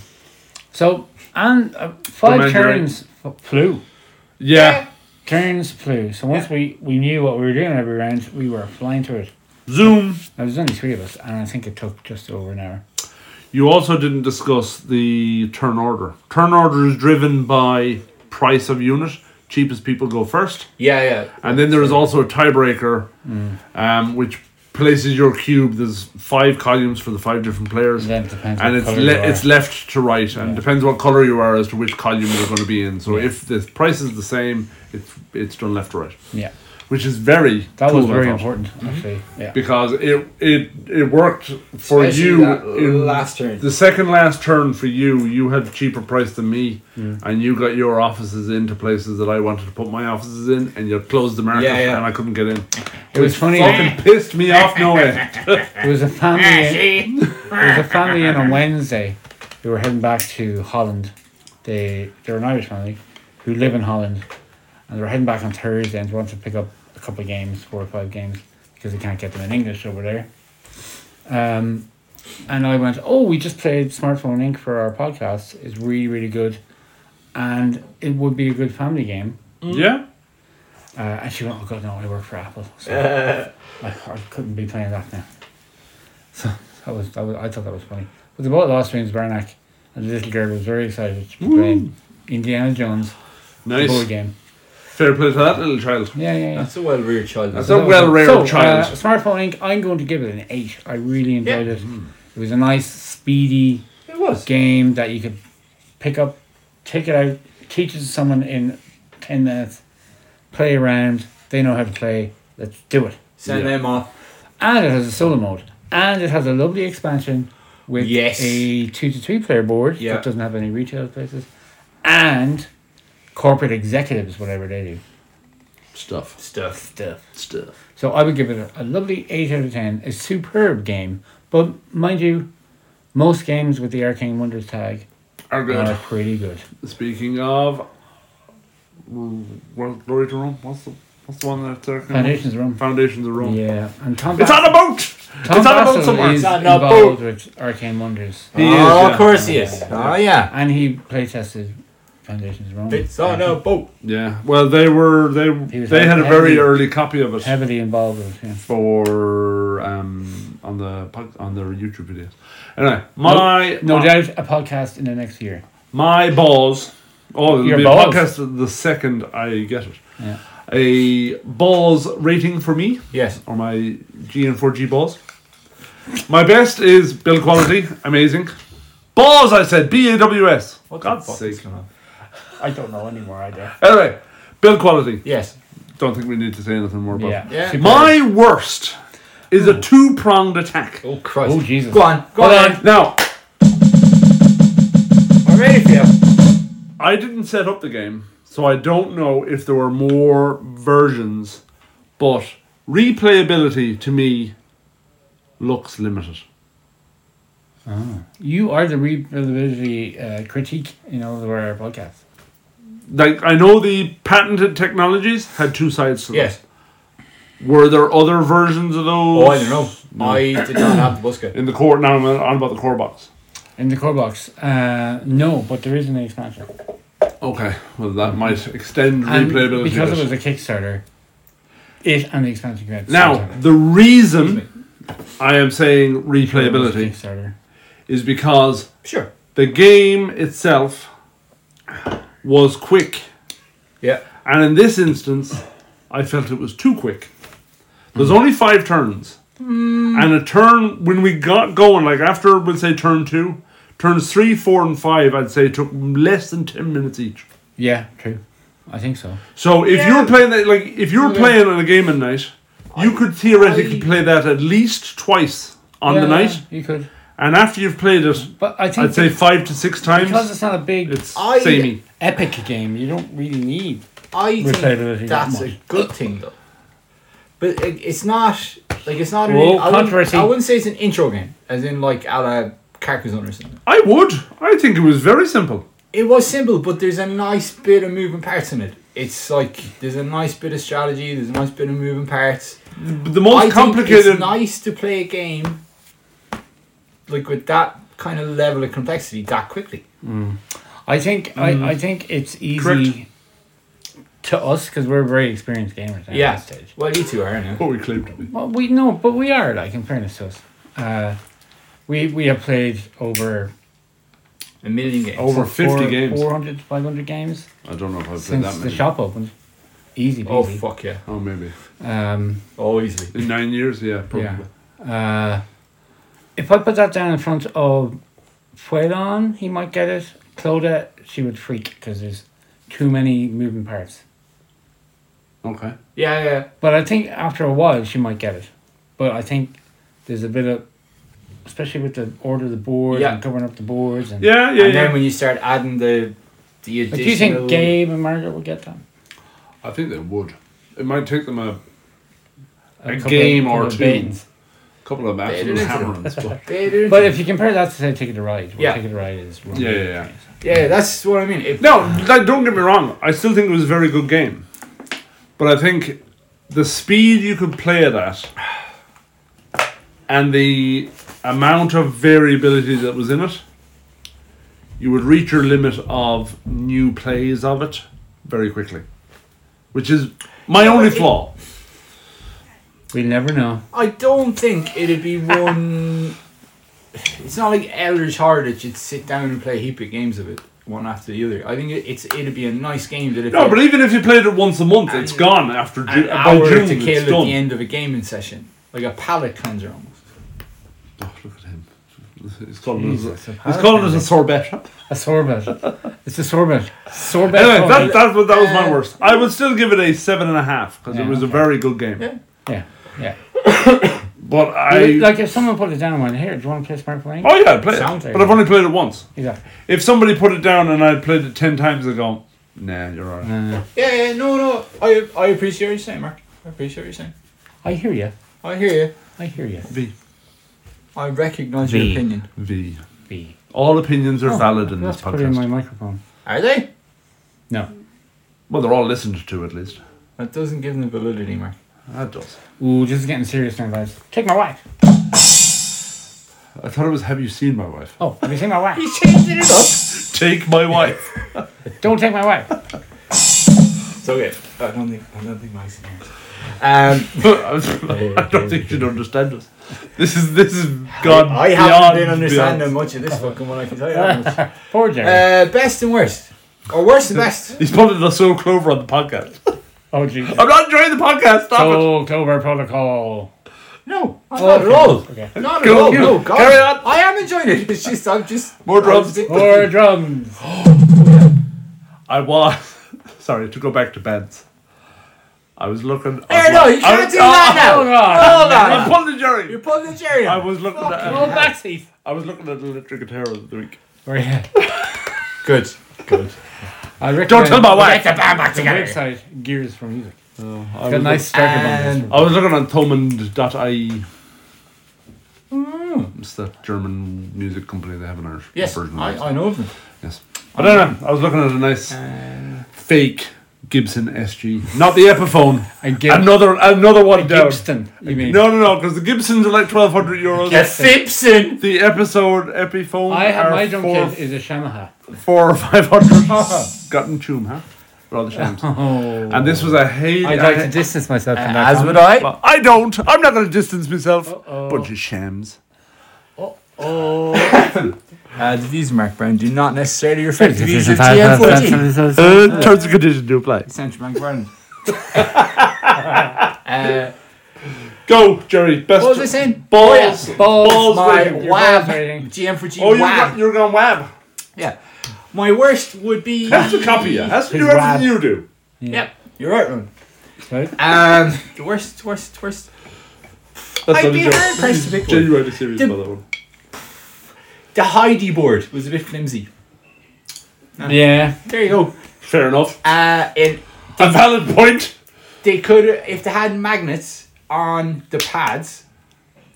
[SPEAKER 3] So, and uh, five
[SPEAKER 2] Mandarin.
[SPEAKER 3] turns, flew.
[SPEAKER 2] Yeah.
[SPEAKER 3] Turns flew. So once we, we knew what we were doing every round, we were flying through it.
[SPEAKER 2] Zoom.
[SPEAKER 3] Now, there's only three of us, and I think it took just over an hour.
[SPEAKER 2] You also didn't discuss the turn order. Turn order is driven by price of unit. Cheapest people go first.
[SPEAKER 4] Yeah, yeah.
[SPEAKER 2] And then there is also a tiebreaker, um, which places your cube. There's five columns for the five different players.
[SPEAKER 3] Then it depends
[SPEAKER 2] and
[SPEAKER 3] what
[SPEAKER 2] it's
[SPEAKER 3] colour
[SPEAKER 2] le-
[SPEAKER 3] you are.
[SPEAKER 2] it's left to right, and depends what color you are as to which column you're going to be in. So if the price is the same, it's it's done left to right,
[SPEAKER 3] Yeah.
[SPEAKER 2] which is very
[SPEAKER 3] That was
[SPEAKER 2] cool, I
[SPEAKER 3] very
[SPEAKER 2] thought,
[SPEAKER 3] important, actually. Yeah.
[SPEAKER 2] because it it it worked for
[SPEAKER 4] Especially
[SPEAKER 2] you
[SPEAKER 4] that
[SPEAKER 2] in
[SPEAKER 4] last turn.
[SPEAKER 2] The second last turn for you, you had a cheaper price than me, and you got your offices into places that I wanted to put my offices in, and you closed the market,
[SPEAKER 4] Yeah, yeah.
[SPEAKER 2] and I couldn't get
[SPEAKER 4] (laughs)
[SPEAKER 2] in.
[SPEAKER 3] It was funny.
[SPEAKER 2] Fucking pissed me off, no
[SPEAKER 3] (laughs)
[SPEAKER 2] way.
[SPEAKER 3] There was a family. in, there was a family in on Wednesday. They were heading back to Holland. They they're an Irish family who live in Holland, and they were heading back on Thursday and they wanted to pick up a couple of games, four or five games, because they can't get them in English over there. Um, and I went, oh, we just played Smartphone Inc. for our podcast. It's really really good. and it would be a good family game.
[SPEAKER 2] Yeah.
[SPEAKER 3] Uh, and she went, "Oh God, no! I work for Apple, so I, I couldn't be playing that now." So that was, that was I thought that was funny. But they both lost James Barnack, and the little girl was very excited to be playing Indiana Jones the board
[SPEAKER 2] Nice.
[SPEAKER 3] game.
[SPEAKER 2] Fair play to that little child.
[SPEAKER 3] Yeah, yeah, yeah.
[SPEAKER 4] That's a well reared child.
[SPEAKER 2] That's
[SPEAKER 4] isn't
[SPEAKER 2] a well reared
[SPEAKER 3] so,
[SPEAKER 2] child.
[SPEAKER 3] Uh, Smartphone Inc. I'm going to give it an eight. I really enjoyed it. It was a nice, speedy
[SPEAKER 4] it? it was.
[SPEAKER 3] game that you could pick up, take it out, teach it to someone in ten minutes, play around. They know how to play. Let's do it.
[SPEAKER 4] Send them off.
[SPEAKER 3] And it has a solo mode. And it has a lovely expansion with
[SPEAKER 4] Yes.
[SPEAKER 3] a two to three player board
[SPEAKER 4] Yeah.
[SPEAKER 3] that doesn't have any retail places. And corporate executives, whatever they do.
[SPEAKER 2] Stuff.
[SPEAKER 4] Stuff.
[SPEAKER 3] Stuff.
[SPEAKER 2] Stuff.
[SPEAKER 3] So I would give it a, a lovely 8 out of 10. A superb game. But mind you, most games with the Arcane Wonders tag
[SPEAKER 2] Are good.
[SPEAKER 3] are pretty good.
[SPEAKER 2] Mm-hmm. Speaking of World Glory to Rome, what's the what's the one that's there?
[SPEAKER 3] Foundations of Rome.
[SPEAKER 2] Foundations of Rome.
[SPEAKER 3] Yeah. And Tom
[SPEAKER 2] It's on a boat.
[SPEAKER 3] Tom
[SPEAKER 2] it's on a boat
[SPEAKER 3] Vassell
[SPEAKER 2] somewhere.
[SPEAKER 3] is
[SPEAKER 2] It's
[SPEAKER 5] on a
[SPEAKER 3] involved with Arcane Wonders.
[SPEAKER 2] He is,
[SPEAKER 4] oh,
[SPEAKER 2] yeah.
[SPEAKER 4] of course he is. Oh, yeah.
[SPEAKER 3] And he playtested Foundations of Rome.
[SPEAKER 4] It's on a boat.
[SPEAKER 2] Yeah. Well, they were they
[SPEAKER 3] was
[SPEAKER 2] they had a very
[SPEAKER 3] heavily-
[SPEAKER 2] early copy of it
[SPEAKER 3] Heavily involved with yeah.
[SPEAKER 2] for um on the pod- on their YouTube videos. Anyway, my
[SPEAKER 3] No
[SPEAKER 2] my,
[SPEAKER 3] doubt a podcast in the next year.
[SPEAKER 2] my balls. Oh, it'll
[SPEAKER 3] Your
[SPEAKER 2] be
[SPEAKER 3] balls.
[SPEAKER 2] a podcast the second I get it.
[SPEAKER 3] Yeah.
[SPEAKER 2] A balls rating for me.
[SPEAKER 4] Yes.
[SPEAKER 2] or my G and 4G balls. My best is build quality, amazing. Balls, I said, B A W S.
[SPEAKER 4] What
[SPEAKER 2] God's
[SPEAKER 4] the fuck is
[SPEAKER 2] sake.
[SPEAKER 4] going on?
[SPEAKER 3] I don't know anymore, I do.
[SPEAKER 2] Anyway, build quality.
[SPEAKER 4] Yes.
[SPEAKER 2] Don't think we need to say anything more about
[SPEAKER 3] Yeah.
[SPEAKER 2] it.
[SPEAKER 4] Yeah.
[SPEAKER 3] Super-
[SPEAKER 2] My worst is a two pronged attack.
[SPEAKER 4] Oh, Christ.
[SPEAKER 3] Oh, Jesus.
[SPEAKER 4] Go on. Go
[SPEAKER 3] Hold
[SPEAKER 4] on.
[SPEAKER 2] Now,
[SPEAKER 4] I'm ready for you.
[SPEAKER 2] I didn't set up the game, so I don't know if there were more versions, but replayability to me looks limited.
[SPEAKER 3] You are the replayability uh, critique in all of our podcasts.
[SPEAKER 2] Like, I know the patented technologies had two sides to them.
[SPEAKER 4] Yes.
[SPEAKER 2] Were there other versions of those?
[SPEAKER 4] Oh, I don't know. I did not have the busker.
[SPEAKER 2] In the core, now I'm on about the core box.
[SPEAKER 3] In the core box, uh, no, but there is an expansion.
[SPEAKER 2] Okay, well that might extend
[SPEAKER 3] And
[SPEAKER 2] replayability.
[SPEAKER 3] because
[SPEAKER 2] a
[SPEAKER 3] it
[SPEAKER 2] bit.
[SPEAKER 3] was a Kickstarter, it and the expansion came out. at the
[SPEAKER 2] now,
[SPEAKER 3] same time.
[SPEAKER 2] the reason I am saying replayability
[SPEAKER 3] Kickstarter.
[SPEAKER 2] is because
[SPEAKER 4] Sure.
[SPEAKER 2] the game itself was quick,
[SPEAKER 4] Yeah.
[SPEAKER 2] and in this instance, I felt it was too quick. There's only five turns, and a turn when we got going, like after we'll say turn two, turns three, four, and five, I'd say took less than ten minutes each.
[SPEAKER 3] Yeah, true. I think so.
[SPEAKER 2] So if you were playing that, like if you were playing on a game at night, you could theoretically play that at least twice on the
[SPEAKER 3] Yeah,
[SPEAKER 2] night,
[SPEAKER 3] you could,
[SPEAKER 2] and after you've played it,
[SPEAKER 3] but I think
[SPEAKER 2] I'd say five to six
[SPEAKER 3] because
[SPEAKER 2] times.
[SPEAKER 3] it's not a big
[SPEAKER 2] It's
[SPEAKER 4] I-
[SPEAKER 2] samey.
[SPEAKER 3] epic game, you don't really need.
[SPEAKER 4] I
[SPEAKER 3] Replayability,
[SPEAKER 4] think
[SPEAKER 3] not
[SPEAKER 4] that's
[SPEAKER 3] much.
[SPEAKER 4] a good thing though. But it, it's not like it's not. An,
[SPEAKER 3] Whoa,
[SPEAKER 4] I, wouldn't,
[SPEAKER 3] controversy.
[SPEAKER 4] I wouldn't say it's an intro game, as in like a la Carcassonne or something.
[SPEAKER 2] I would. I think it was very simple.
[SPEAKER 4] It was simple, but there's a nice bit of moving parts in it. It's like there's a nice bit of strategy. There's a nice bit of moving parts.
[SPEAKER 2] But the
[SPEAKER 4] I
[SPEAKER 2] most
[SPEAKER 4] think
[SPEAKER 2] complicated.
[SPEAKER 4] it's nice to play a game like with that kind of level of complexity that quickly.
[SPEAKER 3] I think
[SPEAKER 2] Mm.
[SPEAKER 3] I, I think it's easy to us because we're very experienced gamers. now
[SPEAKER 4] Yeah.
[SPEAKER 3] At this stage.
[SPEAKER 4] Well, you two are now.
[SPEAKER 2] what we claimed to be.
[SPEAKER 3] Well, we no, but we are like in fairness to us. Uh, we we have played over
[SPEAKER 4] A million games.
[SPEAKER 2] Over fifty games.
[SPEAKER 3] 400, 500 games
[SPEAKER 2] I don't know if I've played
[SPEAKER 3] since
[SPEAKER 2] that
[SPEAKER 3] the
[SPEAKER 2] many.
[SPEAKER 3] shop opened. Easy
[SPEAKER 4] Oh
[SPEAKER 3] peasy.
[SPEAKER 4] fuck yeah!
[SPEAKER 2] Oh, maybe
[SPEAKER 3] um,
[SPEAKER 4] Oh easily.
[SPEAKER 2] in nine years. Yeah, probably.
[SPEAKER 3] yeah. Uh, if I put that down in front of Fuelon, he might get it. Cloda, she would freak because there's too many moving parts.
[SPEAKER 2] Okay.
[SPEAKER 4] Yeah, yeah.
[SPEAKER 3] But I think after a while she might get it. But I think there's a bit of, especially with the order of the board
[SPEAKER 4] Yeah.
[SPEAKER 3] and covering up the boards and
[SPEAKER 2] Yeah, yeah,
[SPEAKER 4] and
[SPEAKER 2] yeah.
[SPEAKER 4] then when you start adding the the additional,
[SPEAKER 3] Like, do you think Gabe and Margaret will get that?
[SPEAKER 2] I think they would. It might take them a
[SPEAKER 3] A,
[SPEAKER 2] couple game
[SPEAKER 3] couple
[SPEAKER 2] or two.
[SPEAKER 3] banes.
[SPEAKER 2] couple of absolute
[SPEAKER 4] didn't.
[SPEAKER 2] hammer-ons,
[SPEAKER 4] (laughs)
[SPEAKER 2] but
[SPEAKER 3] But
[SPEAKER 4] But
[SPEAKER 3] if you compare that to say Ticket to Ride, well,
[SPEAKER 4] Yeah.
[SPEAKER 3] Ticket to Ride is wrong.
[SPEAKER 2] yeah, yeah, yeah.
[SPEAKER 4] yeah, that's what I mean. If,
[SPEAKER 2] No, like, don't get me wrong. I still think it was a very good game, but I think the speed you could play it at, and the amount of variability that was in it, you would reach your limit of new plays of it very quickly, which is my only flaw.
[SPEAKER 3] We never know.
[SPEAKER 4] I don't think it'd be run. it's not like Elders Heritage. You'd sit down and play a heap of games of it, one after the other. I think it- it's it'd be a nice game that if
[SPEAKER 2] No,
[SPEAKER 4] you-
[SPEAKER 2] but even if you played it once a month, it's gone after
[SPEAKER 4] an
[SPEAKER 2] Ju-
[SPEAKER 4] hour
[SPEAKER 2] about June.
[SPEAKER 4] to
[SPEAKER 2] it's
[SPEAKER 4] kill at
[SPEAKER 2] done.
[SPEAKER 4] the end of a gaming session, like a pallet cleanser almost.
[SPEAKER 2] Oh, look at him. He's calling it
[SPEAKER 3] Jesus,
[SPEAKER 2] a-
[SPEAKER 3] a
[SPEAKER 2] he's calling it a sorbet. (laughs)
[SPEAKER 3] A sorbet. it's a sorbet. Sorbet.
[SPEAKER 2] Anyway, that,
[SPEAKER 3] sorbet.
[SPEAKER 2] that, was, that was my worst. I would still give it a seven and a half because
[SPEAKER 3] Yeah,
[SPEAKER 2] it was a
[SPEAKER 3] okay.
[SPEAKER 2] very good game.
[SPEAKER 3] yeah, yeah.
[SPEAKER 2] But I,
[SPEAKER 3] like if someone put it down one here, do you want to play Smart Plane?
[SPEAKER 2] oh yeah, I played
[SPEAKER 4] Sounds
[SPEAKER 2] it, but I've only played it once.
[SPEAKER 3] Exactly.
[SPEAKER 2] If somebody put it down and I'd played it ten times, I'd go, nah, you're alright.
[SPEAKER 3] Uh,
[SPEAKER 4] Yeah, yeah, no, no. I I appreciate what you're saying, Mark. I appreciate what you're saying.
[SPEAKER 3] I hear you.
[SPEAKER 4] I hear you.
[SPEAKER 3] I hear you.
[SPEAKER 2] V
[SPEAKER 4] I recognise
[SPEAKER 3] V.
[SPEAKER 4] your opinion.
[SPEAKER 2] V.
[SPEAKER 3] B.
[SPEAKER 2] All opinions are valid in
[SPEAKER 3] Let's
[SPEAKER 2] this
[SPEAKER 3] put it in
[SPEAKER 2] podcast.
[SPEAKER 3] my microphone.
[SPEAKER 4] Are they?
[SPEAKER 3] No.
[SPEAKER 2] well, they're all listened to at least.
[SPEAKER 4] That doesn't give them validity, Mark.
[SPEAKER 2] That does.
[SPEAKER 3] Ooh, this is getting serious now, guys. Take my wife.
[SPEAKER 2] I thought it was. Have you seen my wife?
[SPEAKER 3] Oh, have you seen my wife?
[SPEAKER 2] Take my wife.
[SPEAKER 3] Don't take my wife.
[SPEAKER 4] It's okay. I don't think I don't think Mike's in here. Um,
[SPEAKER 2] (laughs) I don't think you'd understand us. This is this is God.
[SPEAKER 4] I
[SPEAKER 2] beyond-
[SPEAKER 4] haven't been understanding
[SPEAKER 2] beyond.
[SPEAKER 4] much of this fucking one. I can tell you
[SPEAKER 2] (laughs)
[SPEAKER 4] that much.
[SPEAKER 3] Poor Jerry.
[SPEAKER 4] Uh, best and worst, or worst and best.
[SPEAKER 2] He's putting us so clover on the podcast.
[SPEAKER 3] oh, Jesus.
[SPEAKER 2] I'm not enjoying the podcast. Stop it.
[SPEAKER 3] So, Clover Protocol.
[SPEAKER 4] No, not at all. Not at
[SPEAKER 2] Go,
[SPEAKER 4] all.
[SPEAKER 2] you.
[SPEAKER 4] No, God.
[SPEAKER 2] Carry on.
[SPEAKER 4] I am enjoying it. It's just I'm just
[SPEAKER 2] More drums.
[SPEAKER 4] I'm sick.
[SPEAKER 3] Or drums.
[SPEAKER 2] I was (laughs) sorry to go back to bands. I was looking.
[SPEAKER 4] There, no, you can't do that
[SPEAKER 2] (laughs)
[SPEAKER 4] now.
[SPEAKER 3] Oh, God.
[SPEAKER 4] Hold
[SPEAKER 2] I'm
[SPEAKER 4] on.
[SPEAKER 2] pulling the jury.
[SPEAKER 4] You're pulling the cherry.
[SPEAKER 2] I
[SPEAKER 4] now.
[SPEAKER 2] was looking at.
[SPEAKER 3] Oh, backseat.
[SPEAKER 2] I was looking at electric guitar of the week.
[SPEAKER 3] Or, Oh, yeah.
[SPEAKER 4] Good. Good.
[SPEAKER 3] I recommend
[SPEAKER 2] Don't tell my wife.
[SPEAKER 4] the band back
[SPEAKER 3] the website Gears for Music.
[SPEAKER 2] I
[SPEAKER 3] Got a
[SPEAKER 2] was,
[SPEAKER 3] nice starter bonus.
[SPEAKER 2] I was looking on Thomond.ie. It's that German music company. They have an
[SPEAKER 4] (laughs)
[SPEAKER 2] Irish
[SPEAKER 4] Hmm. Yes,
[SPEAKER 2] version.
[SPEAKER 4] I,
[SPEAKER 2] of it.
[SPEAKER 4] I know of them.
[SPEAKER 2] yes. I don't know. I was looking at a nice
[SPEAKER 4] Uh,
[SPEAKER 2] fake Gibson SG, not the Epiphone.
[SPEAKER 3] And Gib-
[SPEAKER 2] Another another one down.
[SPEAKER 3] Gibson, you mean?
[SPEAKER 2] No, no, no, because the Gibsons are like twelve hundred euros.
[SPEAKER 4] Simpson.
[SPEAKER 2] The episode Epiphone.
[SPEAKER 3] I have
[SPEAKER 2] are
[SPEAKER 3] my drum
[SPEAKER 2] four,
[SPEAKER 3] kit is a
[SPEAKER 2] (laughs)
[SPEAKER 3] Shamaha.
[SPEAKER 2] four or five hundred.
[SPEAKER 3] (laughs)
[SPEAKER 2] Gotten chum, huh? Rather shames.
[SPEAKER 3] Oh.
[SPEAKER 2] And this was a hail.
[SPEAKER 3] I'd like to distance
[SPEAKER 4] Uh,
[SPEAKER 3] myself from that.
[SPEAKER 6] As would I.
[SPEAKER 2] I don't. I'm not going to distance myself.
[SPEAKER 3] Uh-oh.
[SPEAKER 2] Bunch of
[SPEAKER 3] (laughs)
[SPEAKER 2] shams.
[SPEAKER 4] Uh, the views of Mark Brown do not (laughs) necessarily reflect the views of TM14.
[SPEAKER 3] comment.
[SPEAKER 2] Uh, terms and conditions do apply.
[SPEAKER 4] Central Bank of (laughs) Ireland. uh,
[SPEAKER 2] Go, Jerry. Best.
[SPEAKER 4] what was I saying?
[SPEAKER 2] Balls.
[SPEAKER 4] yeah.
[SPEAKER 3] Oh, Balls,
[SPEAKER 2] Balls
[SPEAKER 4] My
[SPEAKER 2] waiting.
[SPEAKER 4] wab.
[SPEAKER 3] waiting.
[SPEAKER 4] GM for G.
[SPEAKER 2] Oh, you're,
[SPEAKER 4] wab.
[SPEAKER 2] Go, you're going wab.
[SPEAKER 4] Yeah. My worst would (laughs) be.
[SPEAKER 2] That's a copy. Yeah. That's what
[SPEAKER 3] His
[SPEAKER 2] you, everything
[SPEAKER 3] wab.
[SPEAKER 2] you do.
[SPEAKER 4] Yep. You're right, Ron.
[SPEAKER 3] Right.
[SPEAKER 4] Um, the worst, worst, worst.
[SPEAKER 2] That's
[SPEAKER 4] I'd
[SPEAKER 2] not a
[SPEAKER 4] be
[SPEAKER 2] joke.
[SPEAKER 4] hard pressed to pick one.
[SPEAKER 2] Genuinely serious
[SPEAKER 4] The-
[SPEAKER 2] about that one.
[SPEAKER 4] The Heidi board was a bit flimsy.
[SPEAKER 3] Yeah.
[SPEAKER 4] There you go.
[SPEAKER 2] Fair enough.
[SPEAKER 4] Uh, it,
[SPEAKER 2] A valid
[SPEAKER 3] (laughs)
[SPEAKER 2] point.
[SPEAKER 4] they could, if they had magnets on the pads,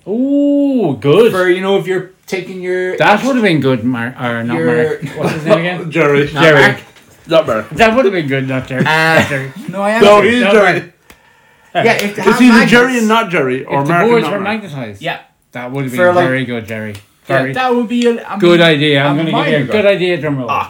[SPEAKER 3] Ooh, good.
[SPEAKER 4] for you know, if you're taking your.
[SPEAKER 3] that would have been good, Mark. Or not
[SPEAKER 4] Your-
[SPEAKER 3] Mark. What's his name again?
[SPEAKER 2] Jerry.
[SPEAKER 4] Not
[SPEAKER 3] (laughs) Jerry.
[SPEAKER 4] Mark.
[SPEAKER 2] Not Mark.
[SPEAKER 3] That would have been good, not Jerry.
[SPEAKER 4] Uh,
[SPEAKER 3] Jerry.
[SPEAKER 4] No, I am.
[SPEAKER 2] No,
[SPEAKER 4] Jerry.
[SPEAKER 2] he's
[SPEAKER 3] Not
[SPEAKER 2] Jerry.
[SPEAKER 4] yeah, if they
[SPEAKER 2] It's
[SPEAKER 4] had
[SPEAKER 2] either
[SPEAKER 4] magnets-
[SPEAKER 2] Jerry and not Jerry, or
[SPEAKER 3] If the
[SPEAKER 2] Mark and
[SPEAKER 3] boards
[SPEAKER 2] not
[SPEAKER 3] were
[SPEAKER 2] Mark.
[SPEAKER 3] magnetized.
[SPEAKER 4] Yeah.
[SPEAKER 3] That would have been
[SPEAKER 4] For, like-
[SPEAKER 3] very good, Jerry.
[SPEAKER 4] Yeah,
[SPEAKER 3] Very
[SPEAKER 4] that would be a um,
[SPEAKER 3] good idea. I'm
[SPEAKER 4] a
[SPEAKER 3] going to give you a
[SPEAKER 4] minor
[SPEAKER 3] good idea drum roll.
[SPEAKER 4] Ah,